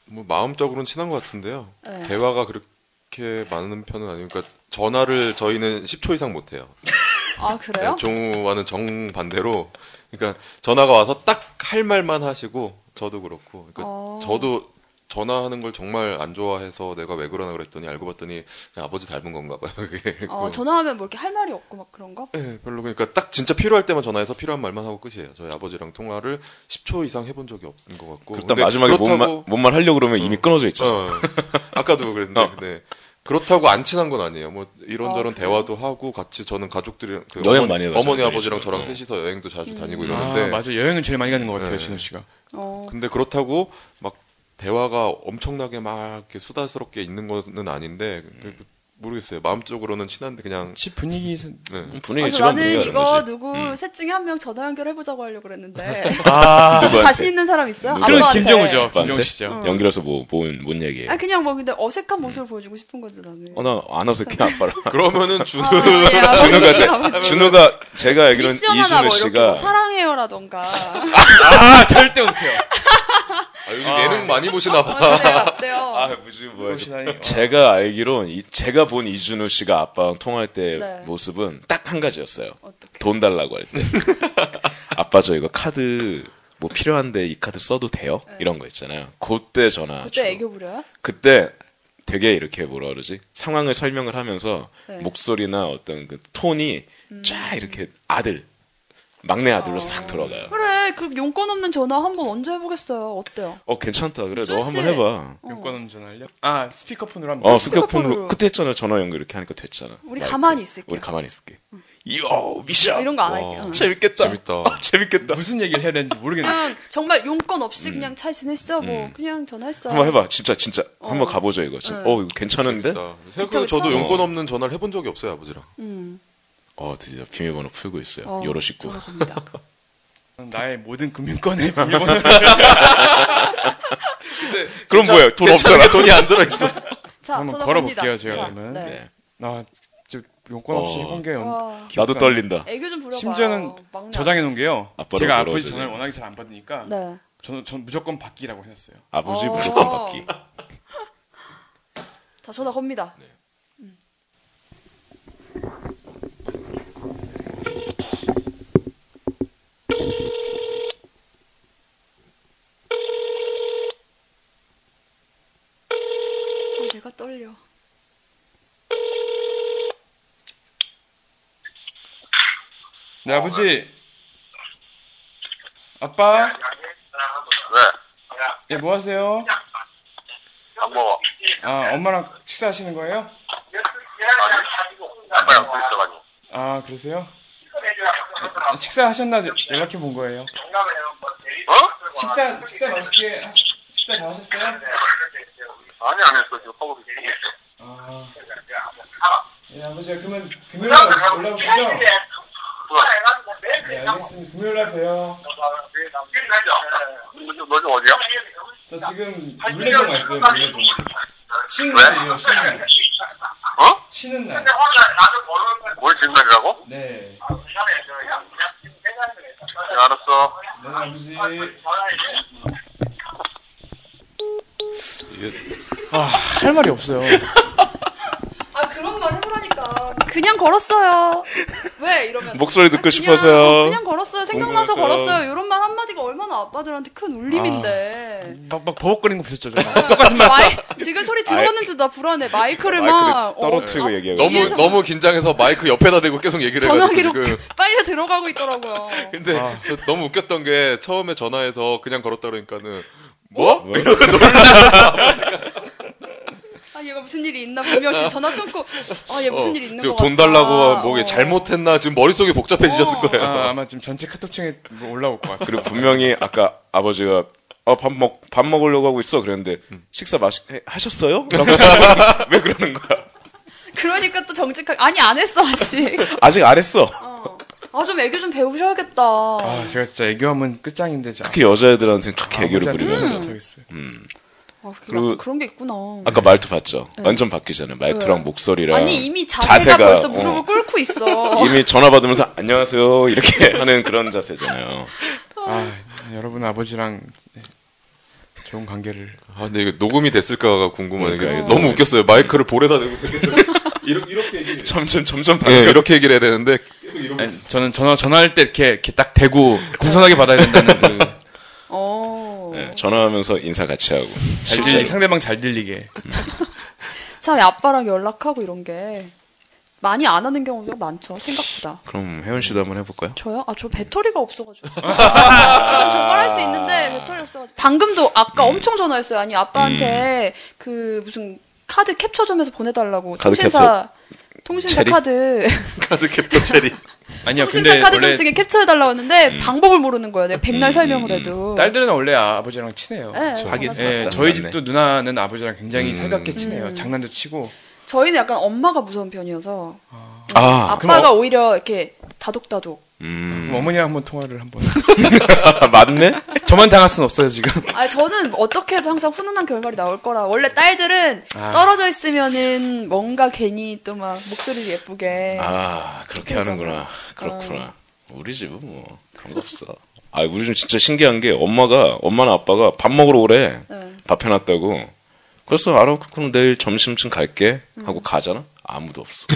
뭐 마음적으로는 친한 것 같은데요. 네. 대화가 그렇게 많은 편은 아니니까 전화를 저희는 10초 이상 못 해요. 네, 아 그래요? 네, 종우와는 정 반대로. 그러니까 전화가 와서 딱 할 말만 하시고 저도 그렇고. 그러니까 어. 저도 전화하는 걸 정말 안 좋아해서 내가 왜 그러나 그랬더니 알고 봤더니 그냥 아버지 닮은 건가 봐요. 그게. 어, 전화하면 뭐 이렇게 할 말이 없고 막 그런 거? 예, 별로 그러니까 딱 진짜 필요할 때만 전화해서 필요한 말만 하고 끝이에요. 저희 아버지랑 통화를 10초 이상 해본 적이 없는 것 같고. 그렇다 근데 마지막에 그렇다고- 뭔말 하려고 그러면 이미 끊어져 있잖아. 어, 아까도 그랬는데 어. 근데 그렇다고 안 친한 건 아니에요. 뭐 이런저런 아, 그래요? 대화도 하고 같이 저는 가족들이랑 그 여행 어머니, 많이 가잖아요, 어머니 저희 아버지랑 집은. 저랑 어. 셋이서 여행도 자주 음. 다니고 아, 이러는데 맞아. 여행은 제일 많이 가는 것 같아요, 네. 진호 씨가. 어, 근데 그렇다고 막 대화가 엄청나게 막 이렇게 수다스럽게 있는 거는 아닌데 그- 음. 그- 모르겠어요. 마음적으로는 친한데 그냥 집 분위기 네. 분위기 그래서 집안 나는 분위기가 이거 이런 거지. 음. 누구 셋 중에 한 명 전화 연결해보자고 하려고 그랬는데 아, 다들 누구한테? 자신 있는 사람 있어요? 누구? 그럼 아빠한테. 김정우죠. 아빠한테? 김정우 씨죠. 어. 연결해서 뭐뭔뭔 얘기해. 아 그냥 뭐 근데 어색한 모습을 보여주고 싶은 거지 나는. 어, 나안 어색해 아빠랑. 그러면은 준우 아, 예, 아버지, 준우가 제, 아버지. 준우가 제가 알기로는 미션 하나 뭐 이준우 이렇게 뭐 씨가 사랑해요라던가 아, 절대 못해요. 아, 요즘 예능 많이 보시나 봐. 어때요 어때요? 아 무슨 뭐야 보시다니. 제가 알기론 이- 제가 본 이준우 씨가 아빠랑 통화할 때 네. 모습은 딱 한 가지였어요. 어떻게? 돈 달라고 할 때. 아빠 저 이거 카드 뭐 필요한데 이 카드 써도 돼요? 이런 거 있잖아요. 그때 전화. 주로. 네. 그때 애교 부려요? 그때 되게 이렇게 뭐라 그러지? 상황을 설명을 하면서 네. 음. 목소리나 어떤 그 톤이 쫙 이렇게 아들 막내 아들로 싹 어. 돌아가요. 그래 그럼 용건 없는 전화 한 번 언제 해보겠어요? 어때요? 어 괜찮다 그래 너 쩔지. 한번 해봐. 어. 요건 전화할려? 아, 스피커폰으로 한번. 어, 스피커폰으로. 스피커폰으로 그때 했잖아 전화 연결 이렇게 하니까 됐잖아. 우리 마이크. 가만히 있을게. 우리 가만히 있을게. 이어 미션. 뭐 이런 거 안 할게. 응. 재밌겠다. 재밌다. 아, 재밌겠다. 무슨 얘기를 해야 되는지 모르겠네. 그냥 정말 용건 없이 그냥 잘 지내시죠 뭐 그냥 전화했어요. 음. 한번 해봐. 진짜 진짜 어. 한번 가보자 이거. 지금. 네. 어 이거 괜찮은데? 그쵸, 그쵸? 생각해보면 저도 용건 없는 전화를 해본 적이 없어요 아버지랑. 음. 어 드디어 비밀번호 풀고 있어요. 어, 요러시고. 전화 겁니다. 나의 모든 금융권의 비밀번호 그럼 뭐예요? 돈 없잖아. 돈이 안 들어 있어. 자 한번 전화 걸어볼게요, 겁니다. 제가 자, 그러면. 네. 네. 나 진짜 아, 용건 없이 어. 해본 게 와. 연... 기억도 나도 안 떨린다. 애교 좀 부려봐요. 심지어는 막내 저장해 놓은 게요. 아빠로 제가 걸어줘야 아버지 전화를 되네. 워낙에 잘 안 받으니까 아들. 네. 저는 전 무조건 받기라고 해놨어요. 아버지 어. 무조건 받기. 자 전화 겁니다. 음. 어, 내가 떨려. 네, 어. 아버지. 아빠. 네. 예, 뭐 하세요? 안 먹어. 아, 엄마랑 식사하시는 거예요? 아빠랑 둘이 있어가지고. 아, 그러세요? 아, 식사하셨나 연락해 본 거예요. 어? 식사, 식사 맛있게, 하시, 식사 잘 하셨어요? 아니, 안 했어. 지금 하고 있어. 아. 예, 아버지, 그러면 금요일날 올라오시죠? 네, 알겠습니다. 금요일날 봬요. 너좀 어디야? 저 지금 물레동 와 있어요, 물레동. 쉬는 날이에요, 쉬는 날. 어? 쉬는 날. 뭘 지금까지라고? 네. 네, 네, 알았어. 아버지. 이게 네. 할 말이 없어요. 아 그런 말 해보라니까. 그냥 걸었어요. 왜 이러면? 목소리 듣고 아, 그냥, 싶어서요. 그냥 걸었어요. 생각나서 궁금해서요. 걸었어요. 이런 말 한마디가 얼마나 아빠들한테 큰 울림인데. 막, 막 버벅거리는 거 보셨죠, 저거? 똑같은 말. 지금 소리 들어갔는지 나 불안해. 마이크를 막 마이크를 떨어뜨리고 어, 얘기하고. 너무 뒤에서 너무 긴장해서 마이크 옆에다 대고 계속 얘기를 해가지고 전화기로 지금. 빨려 들어가고 있더라고요. 근데 아. 저 너무 웃겼던 게 처음에 전화해서 그냥 걸었다 어? 그러니까는 뭐? 아 얘가 무슨 일이 있나 분명 지금 전화 끊고 아 얘 무슨 일이 있는 거 어. 지금 같다. 돈 달라고 뭐 어. 이게 잘못했나 지금 머릿속이 복잡해지셨을 어. 거예요. 아, 아마 지금 전체 카톡창에 뭐 올라올 것 같아요. 그리고 분명히 아까 아버지가 어 밥 먹 밥 먹으려고 하고 있어 그랬는데 식사 맛 하셨어요? 라고 왜 그러는 거야? 그러니까 또 정직하게 아니 안 했어 아직. 아직 안 했어. 아 좀 애교 좀 배우셔야겠다. 아, 제가 진짜 애교하면 끝장인데. 저- 특히 여자애들한테는 음. 그렇게 아, 애교를 아버지한테 부리면서 진짜 못하겠어요. 아, 그 그리고- 그런 게 있구나. 아까 말투 봤죠? 완전 바뀌잖아요. 말투랑 네. 목소리랑 아니 이미 자세가, 어. 벌써 무릎을 꿇고 있어. 이미 전화 받으면서 안녕하세요 이렇게 하는 그런 자세잖아요. 아, 여러분 아버지랑 네, 좋은 관계를. 아, 근데 이게 녹음이 됐을까가 궁금해요. 이게 그러니까 이게 너무 웃겼어요. 마이크를 볼에다 대고 이렇게 이렇게 얘기를 점점 점점 네, 바뀌어. 이렇게 얘기를 해야 되는데 계속 이러고 아니, 저는 전화 전화할 때 이렇게 이렇게 딱 대고 공손하게 받아야 된다는 그 어. 네, 전화하면서 인사 같이 하고. 잘 실제로. 들리, 상대방 잘 들리게. 참 아빠랑 연락하고 이런 게 많이 안 하는 경우가 많죠 생각보다. 그럼 혜원 씨도 한번 해볼까요? 저요? 아 저 배터리가 없어가지고. 아, 전 정말 할 수 있는데 배터리 없어가지고. 방금도 아까 엄청 전화했어요. 아니 아빠한테 그 무슨 카드 캡처점에서 보내달라고 카드 통신사 통신사 체리? 카드 카드 캡터 체리. 아니야, 통신사 근데 카드 좀 원래 쓰게 캡처해달라고 했는데 방법을 모르는 거예요. 내가 백날 설명을 해도. 딸들은 원래 아버지랑 친해요. 네, 저- 하긴. 예, 맞다. 저희 맞네. 음. 집도 누나는 아버지랑 굉장히 살갑게 친해요. 음. 장난도 치고. 저희는 약간 엄마가 무서운 편이어서 아, 그럼 아빠가 오히려 이렇게 다독다독. 음. 그럼 어머니랑 한번 통화를 한번. 아, 맞네? 저만 당할 순 없어요 지금. 아 저는 어떻게 해도 항상 훈훈한 결말이 나올 거라. 원래 딸들은 아. 떨어져 있으면은 뭔가 괜히 또 막 목소리 예쁘게. 뭐, 어. 아, 그렇게 그러잖아. 하는구나. 그렇구나. 우리 집은 뭐, 그런 거 없어. 아, 우리 집 진짜 신기한 게 엄마가, 엄마나 아빠가 밥 먹으러 오래. 네. 밥 해놨다고. 그래서 알아, 그럼 내일 점심쯤 갈게. 음. 하고 가잖아? 아무도 없어.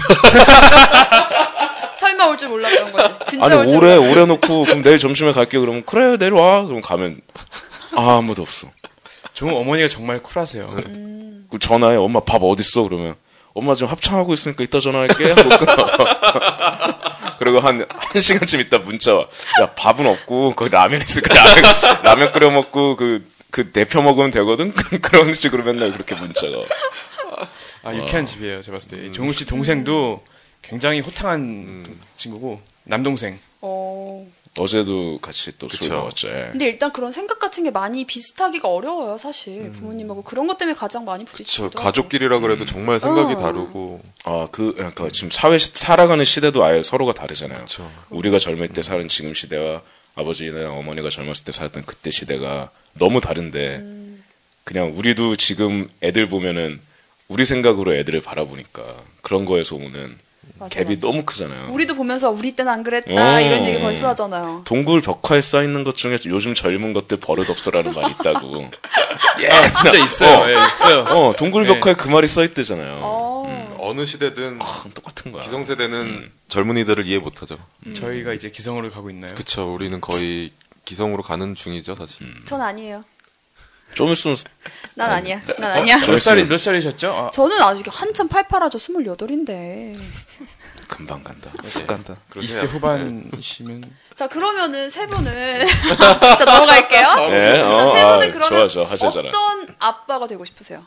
설마 올 줄 몰랐던 거지. 진짜 올 아니 줄 오래 몰랐. 오래 놓고 그럼 내일 점심에 갈게 그러면 그래 내일 와 그럼 가면 아무도 없어 좀 어머니가 정말 쿨하세요. 그 전화해 엄마 밥 어딨어 그러면 엄마 지금 합창하고 있으니까 이따 전화할게 하고 끊어. 그리고 한 한 시간쯤 있다 문자 와야 밥은 없고 거기 라면 있을까 라면, 라면 끓여 먹고 그 그 데펴 먹으면 되거든 그런 식으로 맨날 그렇게 문자가 와. 아 유쾌한 집이에요. 제가 봤을 때 종우 씨 동생도 굉장히 호탕한 음. 친구고 남동생. 어. 어제도 같이 또 술 그쵸. 먹었지 근데 일단 그런 생각 같은 게 많이 비슷하기가 어려워요, 사실. 부모님하고 그런 것 때문에 가장 많이 저 부딪히죠. 가족끼리라 그래도 정말 생각이 그렇죠. 어. 다르고 아그 그러니까 지금 사회 시- 살아가는 시대도 아예 서로가 다르잖아요. 우리가 젊을 때 사는 지금 시대와 아버지나 어머니가 젊었을 때 살았던 그때 시대가 너무 다른데 음. 그냥 우리도 지금 애들 보면은 우리 생각으로 애들을 바라보니까 그런 거에서 오는 맞아, 갭이 맞아. 너무 크잖아요. 우리도 보면서 우리 때는 안 그랬다 어. 이런 얘기 벌써 하잖아요. 동굴 벽화에 쌓이는 것 중에 요즘 젊은 것들 버릇 없어라는 말이 있다고. 예, 아 진짜 있어요. 어. 예, 있어요. 예. 어 동굴 벽화에 그 말이 써 있대잖아요. 어. 어느 시대든 아. 똑같은 거야. 기성세대는 젊은이들을 이해 못하죠. 저희가 이제 기성으로 가고 있나요? 그쵸 우리는 거의 기성으로 가는 중이죠 사실. 음. 전 아니에요. 좀 있으면 난 아니야. 난 아니야. 몇 살이 몇 살이셨죠? 아, 저는 아직 한참 팔팔하죠. 28인데. 금방 간다. 네. 네. 훅 간다. 20대 네. 후반이시면 자, 그러면은 세 분은 자, 넘어갈게요. 네, 자, 어, 세 분은 아, 그러면 좋아, 좋아, 하세잖아. 어떤 아빠가 되고 싶으세요?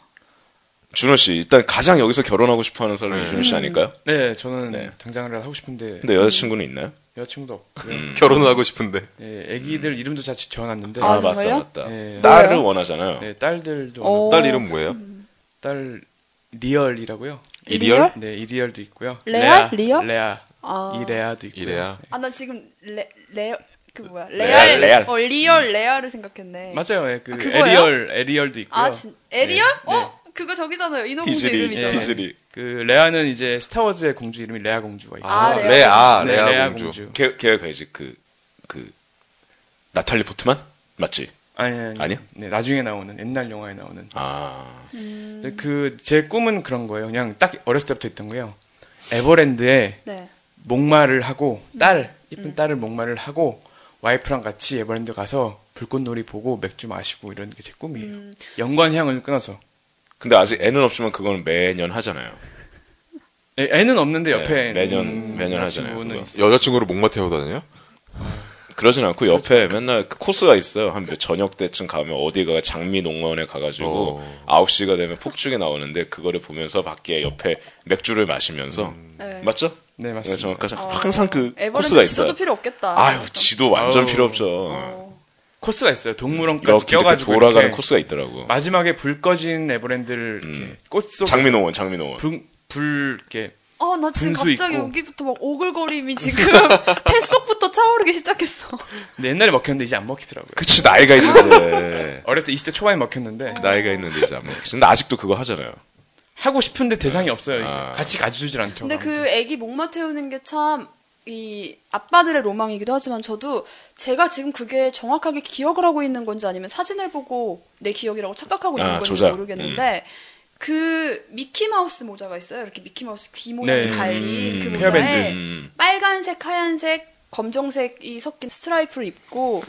준호 씨, 일단 가장 여기서 결혼하고 싶어 하는 음. 사람이 준호 씨 아닐까요? 네 저는 당장을 하고 싶은데 근데 여자친구는 있나요? 여자친구도 없고요. 결혼을 하고 싶은데 예, 애기들 이름도 자칫 지어놨는데 아, 맞다, 정말요? 맞다. 네. 딸을 뭐예요? 원하잖아요. 네, 딸들도 어. 없는데 딸 이름 뭐예요? 딸 리얼이라고요. 이리얼? 네 이리얼도 있고요. 레알? 레아, 리얼? 레아 아. 이레아도 있고요. 이래야 아, 나 지금 레, 레, 그 뭐야? 레알, 레알, 레알. 어, 리얼, 레알을 생각했네. 맞아요. 예, 그 아, 그거예요? 에리얼 에리얼도 있고요. 아, 진, 에리얼? 어? 그거 저기잖아요. 인어공주 디즈니, 이름이잖아요. 예. 디즈니. 그 레아는 이제 스타워즈의 공주 이름이 레아 공주가 있고. 아, 레아. 레아 네, 레아, 레아 공주. 공주. 걔, 걔가 가야지, 그, 그, 나탈리 포트만? 맞지? 아니, 아니. 아니요? 네, 나중에 나오는 옛날 영화에 나오는. 음. 아, 그 제 꿈은 그런 거예요. 그냥 딱 어렸을 때부터 했던 거예요. 에버랜드에 네. 음. 목마를 하고 딸 이쁜 딸을 목마를 하고 와이프랑 같이 에버랜드 가서 불꽃놀이 보고 맥주 마시고 이런 게 제 꿈이에요. 음. 연관향을 끊어서 근데 아직 애는 없지만 그건 매년 하잖아요. 애- 애는 없는데 네, 옆에 음, 매년- 매년 여자친구는 하잖아요, 그거. 있어요. 여자친구를 목마 태워 다녀요? 그러진 않고 옆에 맨날 그 코스가 있어요. 한 몇- 저녁 때쯤 가면 어디가 장미 농원에 가가지고 어. 9시가 되면 폭죽이 나오는데 그거를 보면서 밖에 옆에 맥주를 마시면서 네. 어. 맞죠? 네, 맞습니다. 정확하죠. 항상 그 에버랜드 코스가 지도도 있어요. 필요 없겠다. 어. 아유 지도 완전 아우. 필요 없죠. 코스가 있어요. 동물원까지 이렇게 밑에 껴가지고 돌아가는 이렇게 코스가 있더라고. 마지막에 불 꺼진 에버랜드를 이렇게 꽃 속에 장민호원, 장민호원. 불, 불 이렇게 아, 나 지금 분수 갑자기 있고. 여기부터 막 오글거림이 지금 뱃속부터 차오르기 시작했어. 근데 옛날에 먹혔는데 이제 안 먹히더라고요. 그치 나이가 있는데 어렸을 때 20대 초반에 먹혔는데 나이가 있는데 이제 안 먹. 근데 아직도 그거 하잖아요. 하고 싶은데 대상이 없어요. 이제. 아. 같이 가주질 않죠. 근데 아무튼. 그 애기 목마 태우는 게 참 이 아빠들의 로망이기도 하지만 저도 제가 지금 그게 정확하게 기억을 하고 있는 건지 아니면 사진을 보고 내 기억이라고 착각하고 있는 아, 건지 조작. 모르겠는데 그 미키 마우스 모자가 있어요. 이렇게 미키 마우스 귀 모양이 네. 달린 그 음, 모자에 헤어밴드. 음. 빨간색, 하얀색, 검정색이 섞인 스트라이프를 입고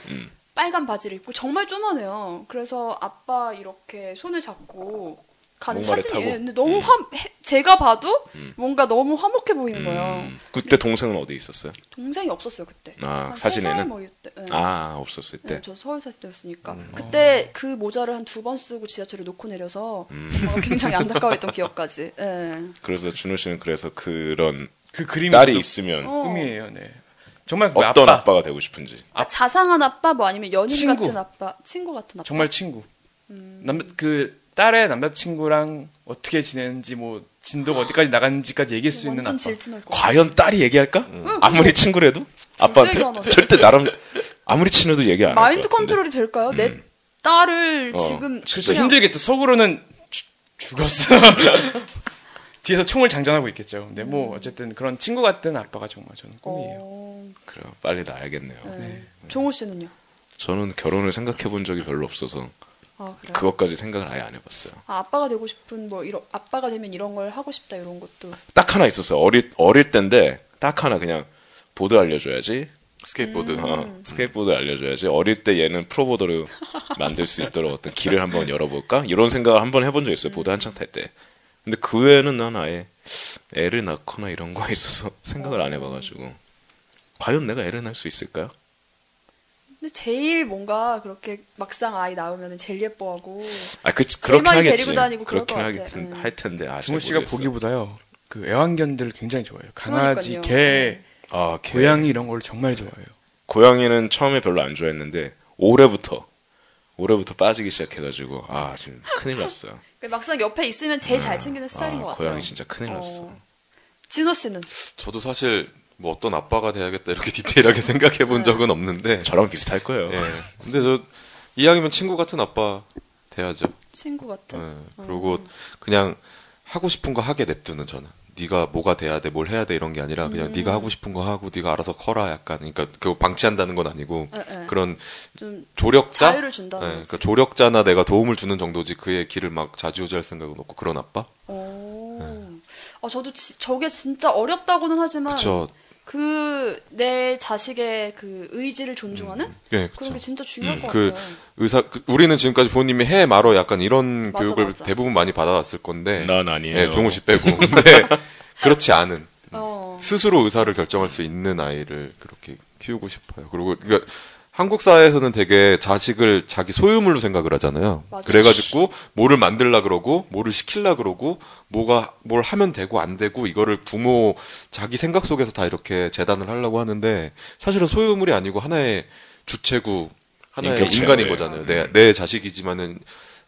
빨간 바지를 입고 정말 쪼만해요. 그래서 아빠 이렇게 손을 잡고 가는 목마를 사진이에요. 타고? 근데 너무 화, 해- 제가 봐도 뭔가 너무 화목해 보이는 거예요. 음, 그때 동생은 어디 있었어요? 동생이 없었어요 그때. 아, 한세 사진에는? 살 머리 때. 예. 아 없었을 네, 때. 저 서울 살 때였으니까 그때 그 모자를 한 두 번 쓰고 지하철에 놓고 내려서 엄마가 굉장히 안타까워했던 기억까지. 예. 그래서 준호 씨는 그래서 그런 그 그림이 딸이 또 있으면 어. 꿈이에요. 네. 정말 그 어떤 아빠, 아빠. 가 되고 싶은지. 그러니까 자상한 아빠 뭐 아니면 연인 친구. 같은 아빠, 친구 같은 아빠. 정말 친구. 음. 남자 그 딸의 남자친구랑 어떻게 지내는지 뭐 진도가 어디까지 나갔는지까지 얘기할 수 있는 완전 아빠. 질투 날것 같아. 과연 딸이 얘기할까? 음. 음. 아무리 친구래도 아빠한테 얘기 안 하죠. 절대 나름 아무리 친해도 얘기 안 할 것 같은데. 음. 마인드 컨트롤이 될까요? 내 딸을 어, 지금 진짜 그냥 뭐 힘들겠죠. 속으로는 죽- 죽었어. 뒤에서 총을 장전하고 있겠죠. 근데 뭐 어쨌든 그런 친구 같은 아빠가 정말 저는 꿈이에요. 음. 어, 그래요. 빨리 나야겠네요. 네. 종호 씨는요? 저는 결혼을 생각해 본 적이 별로 없어서 아 그래요? 그것까지 생각을 아예 안 해봤어요. 아, 아빠가 되고 싶은 뭐 이런 아빠가 되면 이런 걸 하고 싶다 이런 것도 딱 하나 있었어요. 어릴 어릴 때인데 딱 하나 그냥 보드 알려줘야지. 스케이트보드. 어, 음. 스케이트보드 알려줘야지. 어릴 때 얘는 프로보더로 만들 수 있도록 어떤 길을 한번 열어볼까? 이런 생각을 한번 해본 적 있어요. 보드 한창 탈 때. 근데 그 외에는 난 아예 애를 낳거나 이런 거에 있어서 생각을 안 해봐가지고 과연 내가 애를 낳을 수 있을까요? 근데 제일 뭔가 그렇게 막상 아이 낳으면 제일 예뻐하고 아, 그 그렇게 많이 하겠지. 데리고 다니고 그럴 그렇게 것 하겠 같아. 음. 할 텐데 아, 잘 종호 씨가 모르겠어. 보기보다요. 그 애완견들을 굉장히 좋아해요. 강아지, 그러니까요. 네. 개, 아, 걔. 고양이 이런 걸 정말 좋아해요. 고양이는 처음에 별로 안 좋아했는데 올해부터 올해부터 빠지기 시작해가지고 아 지금 큰일 났어요. 그러니까 막상 옆에 있으면 제일 잘 챙기는 스타일인 아, 것 같아요. 고양이 진짜 큰일 났어. 어. 진호 씨는 저도 사실 뭐 어떤 아빠가 돼야겠다 이렇게 디테일하게 생각해 본 적은 없는데. 저랑 비슷할 거예요. 예. 근데 저 이왕이면 친구 같은 아빠 돼야죠. 친구 같은. 예. 그리고 그냥 하고 싶은 거 하게 냅두는 저는. 네가 뭐가 돼야 돼, 뭘 해야 돼 이런 게 아니라 그냥 네가 하고 싶은 거 하고 네가 알아서 커라 약간. 그러니까 그거 방치한다는 건 아니고 네. 예, 예. 그런 좀 조력자? 자유를 준다는 거지. 그러니까 조력자나 내가 도움을 주는 정도지 그의 길을 막 자지우지할 생각은 없고 그런 아빠? 오. 네. 아, 저도 지- 저게 진짜 어렵다고는 하지만 그쵸. 그 내 자식의 그 의지를 존중하는 예, 그런 그쵸. 게 진짜 중요할 음, 것 그 같아요. 의사 그 우리는 지금까지 부모님이 해 말어 약간 이런 맞아, 교육을 맞아. 대부분 많이 받아왔을 건데 난 아니에요. 예, 종우 씨 빼고 근데 그렇지 않은 어. 스스로 의사를 결정할 수 있는 아이를 그렇게 키우고 싶어요. 그리고 그러니까 한국 사회에서는 되게 자식을 자기 소유물로 생각을 하잖아요. 맞아요. 그래가지고 뭐를 만들라 그러고 뭐를 시킬라 그러고 뭐가 뭘 하면 되고 안 되고 이거를 부모 자기 생각 속에서 다 이렇게 재단을 하려고 하는데 사실은 소유물이 아니고 하나의 주체구 하나의 인격체구예요. 네. 인간인 거잖아요. 내, 내 자식이지만은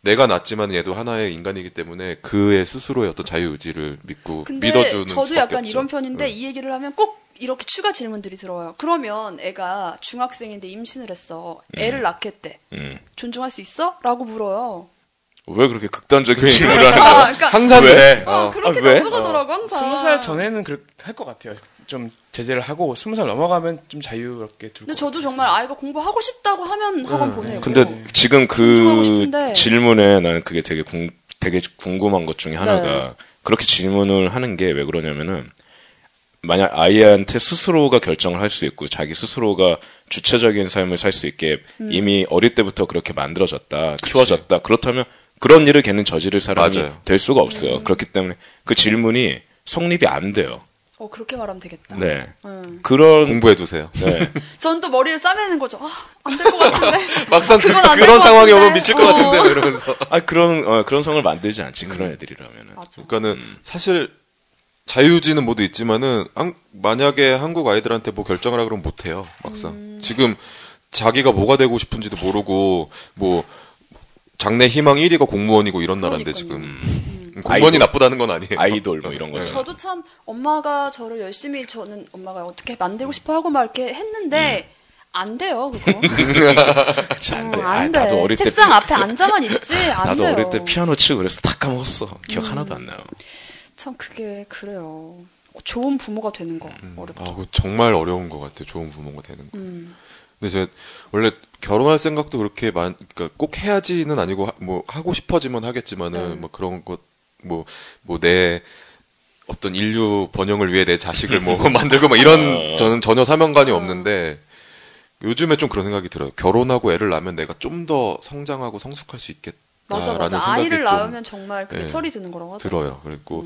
내가 낳지만 얘도 하나의 인간이기 때문에 그의 스스로의 어떤 자유 의지를 믿고 근데 믿어주는 저도 수밖에 약간 없죠. 음. 이런 편인데 응. 이 얘기를 하면 꼭 이렇게 추가 질문들이 들어와요. 그러면 애가 중학생인데 임신을 했어. 애를 낳겠대. 음. 존중할 수 있어? 라고 물어요. 왜 그렇게 극단적인 네. 질문을 하는 아, 거야? 그러니까 항상 왜? 그래. 어, 어. 그렇게 아, 왜? 넘어가더라고 항상. 스무 살 전에는 그할것 럴 같아요. 좀 제재를 하고 스무 살 넘어가면 좀 자유롭게 둘 근데 것 저도 정말 아이가 공부하고 싶다고 하면 네. 학원 보내고. 근데 지금 존중하고 그 네. 싶은데. 질문에 나는 그게 되게 궁, 되게 궁금한 것 중에 네. 하나가 그렇게 질문을 하는 게 왜 그러냐면은 만약 아이한테 스스로가 결정을 할 수 있고 자기 스스로가 주체적인 삶을 살 수 있게 음. 이미 어릴 때부터 그렇게 만들어졌다 키워졌다 그렇다면 그런 일을 걔는 저지를 사람이 맞아요. 될 수가 없어요 음. 그렇기 때문에 그 질문이 성립이 안 돼요 어 그렇게 말하면 되겠다. 네 음. 그런 공부해 두세요. 네. 전 또 머리를 싸매는 거죠. 아, 안 될 것 같은데. 막상 그, 그건 안될 런 것 상황이 같은데. 오면 미칠 것 어. 같은데 막 이러면서. 아 그런 어, 그런 성을 만들지 않지 그런 애들이라면은 음. 맞아. 그러니까는 사실 자유지는 모두 있지만은 한- 만약에 한국 아이들한테 뭐 결정을 하면 못 해요. 막상. 음. 지금 자기가 뭐가 되고 싶은지도 모르고 뭐 장래 희망 1위가 공무원이고 이런 나라인데 그러니까요. 음. 지금 공무원이 아이돌. 나쁘다는 건 아니에요. 아이돌 뭐 네. 이런 거죠. 저도 참 엄마가 저를 열심히 저는 엄마가 어떻게 만들고 싶어 하고 막 이렇게 했는데 음. 안 돼요 그거. 그치, 안 돼. 어, 아, 안 돼. 나도 어릴 때 책상 피- 앞에 앉아만 있지 안 나도 돼요. 어릴 때 피아노 치고 그래서 다 까먹었어. 기억 하나도 안 나요. 참 그게 그래요. 좋은 부모가 되는 거 음, 어렵다. 아, 그거 정말 어려운 것 같아요. 좋은 부모가 되는 거. 음. 근데 제가 원래 결혼할 생각도 그렇게 많, 그러니까 꼭 해야지는 아니고 하- 뭐 하고 싶어지면 네. 하겠지만은 뭐 그런 것 뭐 뭐 내 어떤 뭐 어. 인류 번영을 위해 내 자식을 뭐 만들고 막 이런 저는 전혀 사명감이 없는데 요즘에 좀 그런 생각이 들어요. 결혼하고 애를 낳으면 내가 좀 더 성장하고 성숙할 수 있겠다라는 맞아 맞아. 생각이 아이를 음. 좀 낳으면 정말 그게 네. 예. 철이 드는 거라고 하더라고요. 들어요. 그리고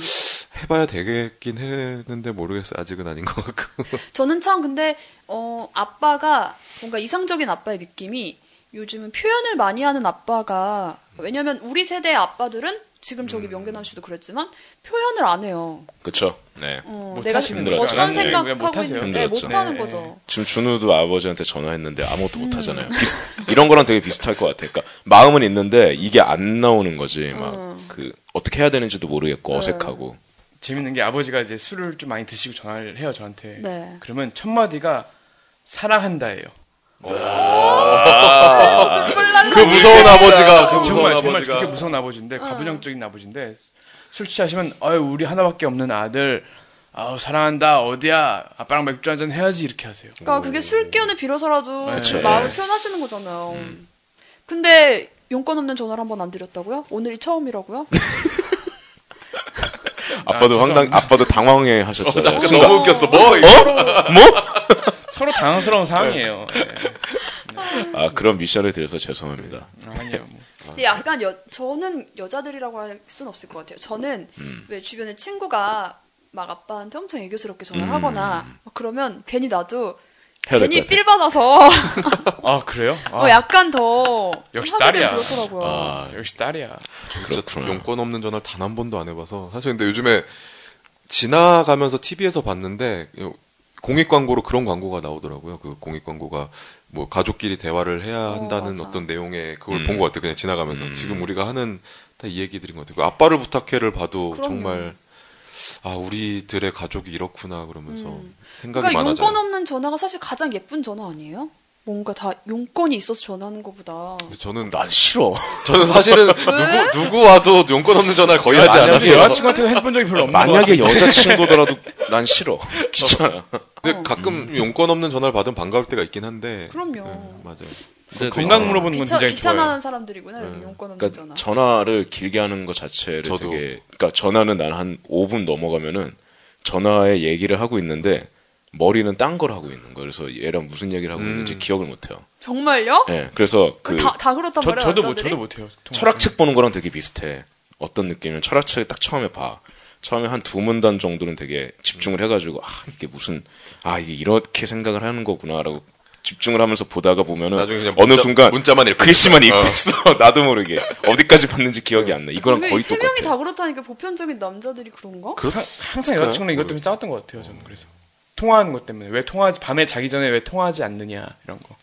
해봐야 되겠긴 했는데 모르겠어요. 아직은 아닌 것 같고. 저는 참 근데 어 아빠가 뭔가 이상적인 아빠의 느낌이 요즘은 표현을 많이 하는 아빠가 왜냐면 우리 세대의 아빠들은 지금 음. 저기 명계남 씨도 그랬지만 표현을 안 해요. 그쵸? 네. 어, 못 내가 하시는 지금 거죠. 어떤 네, 그냥 못 생각하고 하세요. 있는데 힘들었죠. 못하는 네, 거죠. 지금 준우도 아버지한테 전화했는데 아무것도 못하잖아요. 비슷- 이런 거랑 되게 비슷할 것 같아. 그러니까 마음은 있는데 이게 안 나오는 거지. 막 그 어떻게 해야 되는지도 모르겠고 어색하고. 재밌는 게 아버지가 이제 술을 좀 많이 드시고 전화를 해요 저한테. 네. 그러면 첫 마디가 사랑한다예요. 그 무서운 아버지가 그 무서운 정말 정말 아버지가 그렇게 무서운 아버지인데 네. 가부장적인 아버지인데 술 취하시면 아유 우리 하나밖에 없는 아들 아우 사랑한다 어디야 아빠랑 맥주 한잔 해야지 이렇게 하세요. 그러니까 그게 술기운을 빌어서라도 음. 그쵸. 마음을 표현하시는 거잖아요. 음. 근데 용건 없는 전화를 한 번 안 드렸다고요? 오늘이 처음이라고요? 아빠도 아, 황당, 죄송합니다. 아빠도 당황해 하셨잖아요. 그러니까 순간. 너무 웃겼어. 뭐? 서로 당황스러운 상황이에요. 네. 아, 그런 미션을 드려서 죄송합니다. 예. 아니에요. 뭐. 근데 약간 여, 저는 여자들이라고 할 수는 없을 것 같아요. 저는 음. 왜 주변에 친구가 막 아빠한테 엄청 애교스럽게 전화를 음. 하거나 막 그러면 괜히 나도 해야 될 괜히 것 같아. 필 받아서 아 그래요? 아, 어, 약간 더 역시 좀 하게 되면 딸이야. 그렇더라고요. 아, 역시 딸이야. 진짜 그렇구나. 용건 없는 전화 를 단 한 번도 안 해봐서 사실 근데 요즘에 지나가면서 TV에서 봤는데 공익 광고로 그런 광고가 나오더라고요. 그 공익 광고가 뭐 가족끼리 대화를 해야 한다는 맞아. 어, 떤 내용의 그걸 음. 본 것 같아요. 그냥 지나가면서 지금 우리가 하는 다 이 얘기들인 것 같아요. 그 아빠를 부탁해를 봐도 그럼요. 정말 아 우리들의 가족이 이렇구나 그러면서 음. 생각이 그러니까 많아져요. 용건 없는 전화가 사실 가장 예쁜 전화 아니에요? 뭔가 다 용건이 있어서 전화하는 것보다 근데 저는 난 싫어. 저는 사실은 누구 누구 와도 용건 없는 전화를 거의 하지 아니, 아니, 않아요. 근데 여자친구한테도 해본 적이 별로 없는 것 만약에 같아요. 여자친구더라도 난 싫어. 귀찮아. 근데 가끔 음. 용건 없는 전화를 받으면 반가울 때가 있긴 한데. 그럼요. 네, 맞아요. 뭐. 건강 물어보는 건 귀차, 네. 굉장히 좋아요. 귀찮아하는 사람들이구나 여기 용건 없는 그러니까 전화. 전화를 길게 하는 것 자체를 저도. 되게 그러니까 전화는 난 한 5분 넘어가면은 전화에 얘기를 하고 있는데 머리는 딴 걸 하고 있는 거예요. 그래서 얘랑 무슨 얘기를 하고 음. 있는지 기억을 못 해요. 정말요? 예. 그래서 그 다, 다 그렇단 저, 말이야 저도 뭐 못 남자들이? 저도 못해요. 통화. 철학책 보는 거랑 되게 비슷해. 어떤 느낌이면 철학책을 딱 처음에 봐. 처음에 한 두 문단 정도는 되게 집중을 해가지고 아 이게 무슨 아 이게 이렇게 생각을 하는 거구나라고 집중을 하면서 보다가 보면은 나중에 그냥 음. 어느 문자- 순간 그 문자만 읽고 글씨만 있어. 읽고 어. 있어 나도 모르게 어디까지 봤는지 기억이 안 나. 이거랑 근데 거의 세 명이 똑같아. 다 그렇다니까 보편적인 남자들이 그런가? 하- 항상 음. 여자친구랑 이것 때문에 싸웠던 것 같아요. 저는 그래서 통화하는 것 때문에 왜 통화하지 밤에 자기 전에 왜 통화하지 않느냐 이런 거.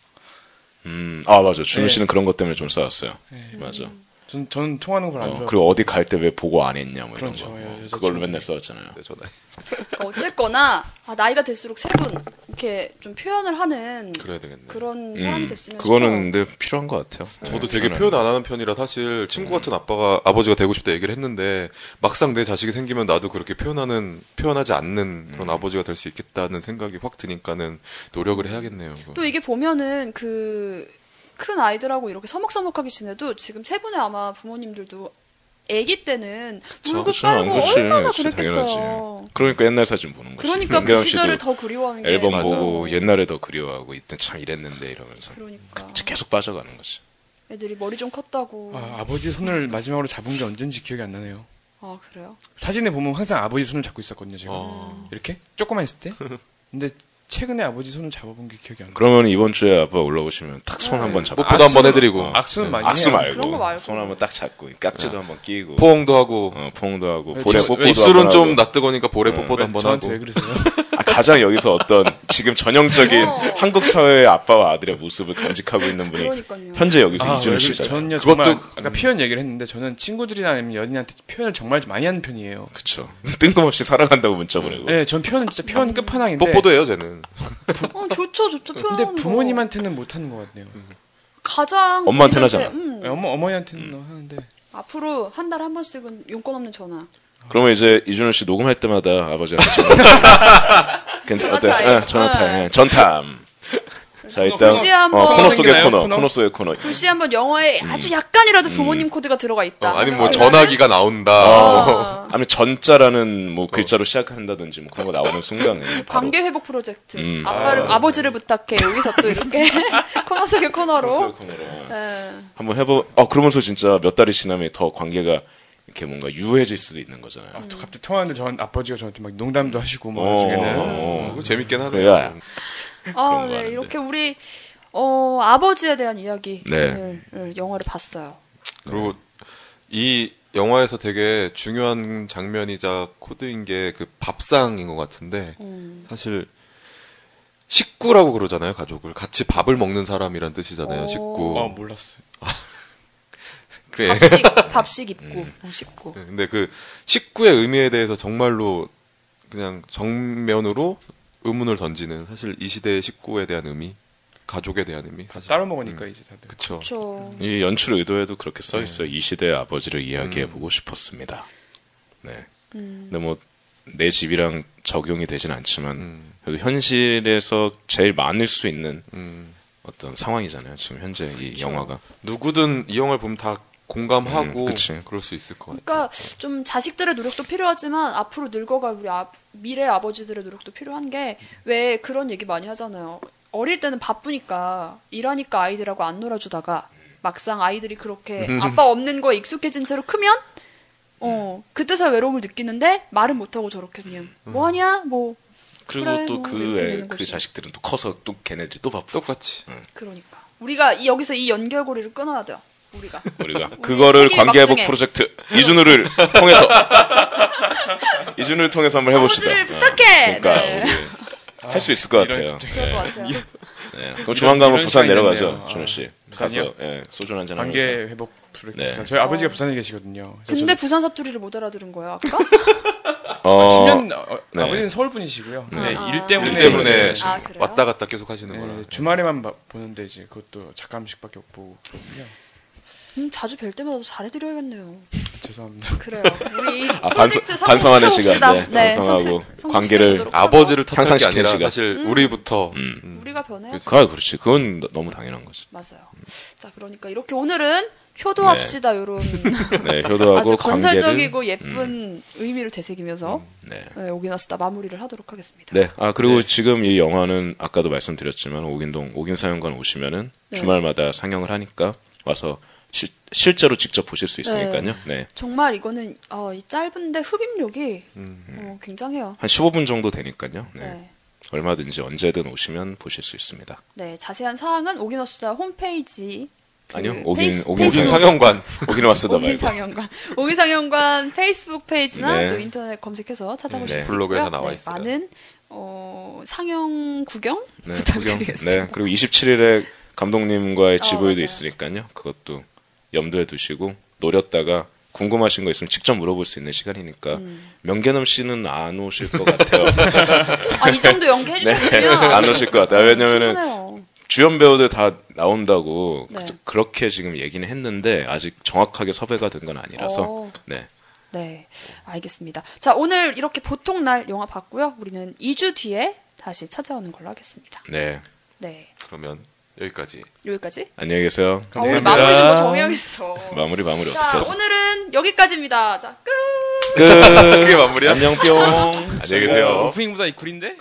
음, 아 맞아. 준우 네. 씨는 그런 것 때문에 좀 싸웠어요. 네. 음. 음. 맞아. 전 저는 통화하는 걸 별로 안 어, 좋아. 그리고 어디 갈 때 왜 보고 안 했냐 뭐 이런 그렇죠. 거. 예, 어, 여자친구. 그걸로 맨날 싸웠잖아요. 네, 전화. 그러니까 어쨌거나 아, 나이가 들수록 세 분 이렇게 좀 표현을 하는 그래야 되겠네. 그런 사람이 음, 됐으면 그거는 근데 필요한 것 같아요. 저도 네, 되게 저는. 표현 안 하는 편이라 사실 친구 같은 아빠가 아버지가 되고 싶다 얘기를 했는데 막상 내 자식이 생기면 나도 그렇게 표현하는 표현하지 않는 그런 아버지가 될 수 있겠다는 생각이 확 드니까는 노력을 해야겠네요. 그거. 또 이게 보면은 그 큰 아이들하고 이렇게 서먹서먹하게 지내도 지금 세 분의 아마 부모님들도 아기 때는 물고 그렇죠. 빨고 그렇지. 얼마나 그렇지, 그랬겠어요. 당연하지. 그러니까 옛날 사진 보는 거지. 그러니까 그 김경현 시절을 씨도 더 그리워하는 게 앨범 맞아. 보고 옛날에 더 그리워하고 이때 참 이랬는데 이러면서 그러니까 계속 빠져가는 거지. 애들이 머리 좀 컸다고 아, 아버지 손을 마지막으로 잡은 게 언젠지 기억이 안 나네요. 아 그래요? 사진에 보면 항상 아버지 손을 잡고 있었거든요. 제가 아. 이렇게 조그만 했을 때. 근데 최근에 아버지 손을 잡아본 게 기억이 안 나. 그러면 이번 주에 아빠 올라오시면 딱 네. 손 한번 잡고 뽀뽀도 한번 해드리고 악수는 많이 악수 해요. 말고, 그런 거 말고. 손 한번 딱 잡고 깍지도 한번 끼고 포옹도 하고 뭐 어, 포옹도 하고 왜 볼에 저- 뽀뽀도 왜 입술은 한번 좀 하고. 낯뜨거니까 볼에 뽀뽀도 왜 한번 저한테 하고. 왜 그러세요? 아, 가장 여기서 어떤 지금 전형적인 어. 한국 사회의 아빠와 아들의 모습을 간직하고 있는 분이 그러니까요. 현재 여기서 아, 이준우 왜 씨잖아요. 저는요 그것도- 음. 정말 아까 표현 얘기를 했는데 저는 친구들이나 아니면 연인한테 표현을 정말 많이 하는 편이에요. 그쵸. 뜬금없이 사랑한다고 문자 보내고. 네, 전 표현은 진짜 표현 끝판왕인데. 아, 뽀뽀도 해요, 쟤는. 어 좋죠 좋죠 표현하는 근데 거. 부모님한테는 못하는 것 같네요. 가장 엄마한테는 본인한테, 하잖아. 음, 네, 어머 어머니한테는 하는데 앞으로 한 달에 한 번씩은 용건 없는 전화. 그러면 이제 이준우 씨 녹음할 때마다 아버지한테 전화. 괜찮- 어때? 전화타임. 예, 전화타임. 전탐. 자 일단 혹시 어, 한번- 코너 속의 생기나요? 코너, 코너? 코너 속의 코너. 불씨 한번 영화에 음. 아주 약간이라도 부모님 코드가 들어가 어, 있다. 아니면 뭐 하면 전화기가 나온다. 아, 아니면 전자라는 뭐 글자로 시작한다든지 뭐 그런 거 나오는 순간에 바로 관계 회복 프로젝트. 음. 아빠를 아. 버지를 부탁해. 여기서 또 이렇게 코너 속의 코너로. 코너로 예. 한번 해보. 아 그러면서 진짜 몇 달이 지나면 더 관계가 이렇게 뭔가 유해질 수도 있는 거잖아요. 아, 또 갑자기 통화하는데 전 아버지가 저한테 막 농담도 하시고 막 어, 아, 나중에는 어, 그거 재밌긴 하네. 내가 요 아, 그런 거 네. 하는데. 이렇게 우리 어, 아버지에 대한 이야기 네. 를 영화를 봤어요. 그리고 이 영화에서 되게 중요한 장면이자 코드인 게 그 밥상인 것 같은데 음. 사실 식구라고 그러잖아요 가족을 같이 밥을 먹는 사람이란 뜻이잖아요 어. 식구. 어 몰랐어요. 예. 그래. 밥식 밥식 입고 음. 식고. 근데 그 식구의 의미에 대해서 정말로 그냥 정면으로 의문을 던지는 사실 이 시대의 식구에 대한 의미, 가족에 대한 의미. 사실. 따로 먹으니까 이제 다들. 그쵸. 그렇죠. 이 연출 의도에도 그렇게 써 있어요. 이 시대의 아버지를 이야기해보고 싶었습니다. 네. 음. 근데 뭐 내 집이랑 적용이 되진 않지만 음. 그래도 현실에서 제일 많을 수 있는 음. 어떤 상황이잖아요. 지금 현재 이 영화가 누구든 이 영화를 보면 다 공감하고 음, 그치. 그럴 수 있을 것 같아요. 그러니까 좀 자식들의 노력도 필요하지만 앞으로 늙어갈 우리 아- 미래 아버지들의 노력도 필요한 게 왜 그런 얘기 많이 하잖아요. 어릴 때는 바쁘니까 일하니까 아이들하고 안 놀아주다가 막상 아이들이 그렇게 아빠 없는 거에 익숙해진 채로 크면 어 그때서야 외로움을 느끼는데 말은 못하고 저렇게 그냥 뭐하냐 뭐 음. 그리고 그래, 또 뭐 그 이렇게 애 되는 그 거지. 자식들은 또 커서 또 걔네들이 또 바쁘고 똑같이. 그러니까 우리가 이, 여기서 이 연결고리를 끊어야 돼요. 우리가 우리가 그거를 책임 관계회복 막중해. 프로젝트 이준우를 통해서 이준우를 통해서 한번 해봅시다. 아버지를 부탁해! 어, 그러니까 네. 할 수 있을 것 같아요. 그럴 것 같아요. 네. 그럼 조만간 한번 이런 부산 시간이 내려가죠, 있네요. 준우 씨. 아, 가서 부산이요? 예, 소주 한잔 하면서. 관계 회복 프로젝트. 네. 부산. 저희 아버지가 부산에 계시거든요. 그래서 어. 근데 저는 부산 사투리를 못 알아들은 거예요 아까? 어, 10년 어, 네. 아버지는 서울 분이시고요. 네, 아. 일 때문에 일 네. 때문에 아, 그래요? 왔다 갔다 계속 하시는 네, 거라. 주말에만 봐- 보는데 이제 그것도 잠깐씩밖에 못 보고 그러고요. 음, 자주 뵐 때마다 더 잘해드려야겠네요. 죄송합니다. 그래요. 우리 아, 프로젝트 반성- 반성하는 성공시켜봅시다. 시간, 네, 반성하고 성공- 관계를 성공시켜보도록 하고. 아버지를 탓할 항상 게 아니라 시키는 음. 사실 우리부터 우리가 변해요. 그치. 그 그렇지. 그건 너- 너무 당연한 거지. 맞아요. 음. 자, 그러니까 이렇게 오늘은 효도합시다 요런 네, 효도하고 아주 관계를. 음. 건설적이고 예쁜 의미를 되새기면서 네. 네, 오기나스다 마무리를 하도록 하겠습니다. 네. 아 그리고 지금 이 영화는 아까도 말씀드렸지만 오긴동 오긴사연관 오시면은 네. 주말마다 상영을 하니까 와서 시- 실제로 직접 보실 수 있으니까요. 네. 정말 이거는 어, 이 짧은데 흡입력이 어, 굉장해요. 한 15분 정도 되니까요. 음, 네. 네. 얼마든지 언제든 오시면 보실 수 있습니다. 네, 자세한 사항은 오기너스다 홈페이지 그 아니요, 오긴- 페이스- 오긴 페이스북 모든 상영관. 오긴 왔어다 오기 말고. 상영관, 오기 상영관 페이스북 페이지나 네. 또 인터넷 검색해서 찾아보실 네. 수 블로그에 있고요. 다 나와 있어요. 많은 어, 상영 구경 네, 부탁드리겠습니다. 구경. 네. 그리고 27일에 감독님과의 어, 지부회도 맞아요. 있으니까요. 그것도 염두에 두시고 노렸다가 궁금하신 거 있으면 직접 물어볼 수 있는 시간이니까 음. 명계남 씨는 안 오실 것 같아요. 아, 이 정도 네, 연기해주셨으면 안 오실 것 같아요. 왜냐면은 충분해요. 주연 배우들 다 나온다고 네. 그, 렇게 지금 얘기는 했는데 아직 정확하게 섭외가 된 건 아니라서 어. 네. 네, 알겠습니다. 자, 오늘 이렇게 보통 날 영화 봤고요. 우리는 2주 뒤에 다시 찾아오는 걸로 하겠습니다. 네. 네, 그러면 여기까지. 여기까지. 안녕히 계세요. 아, 우리 감사합니다. 마무리 좀더 정해야겠어. 마무리 마무리 자, 어떻게 하죠? 오늘은 여기까지입니다. 자, 끝. 네. 그게 마무리야? 안녕 뿅. 안녕히 계세요. 오프닝보다 어, 이 쿨인데?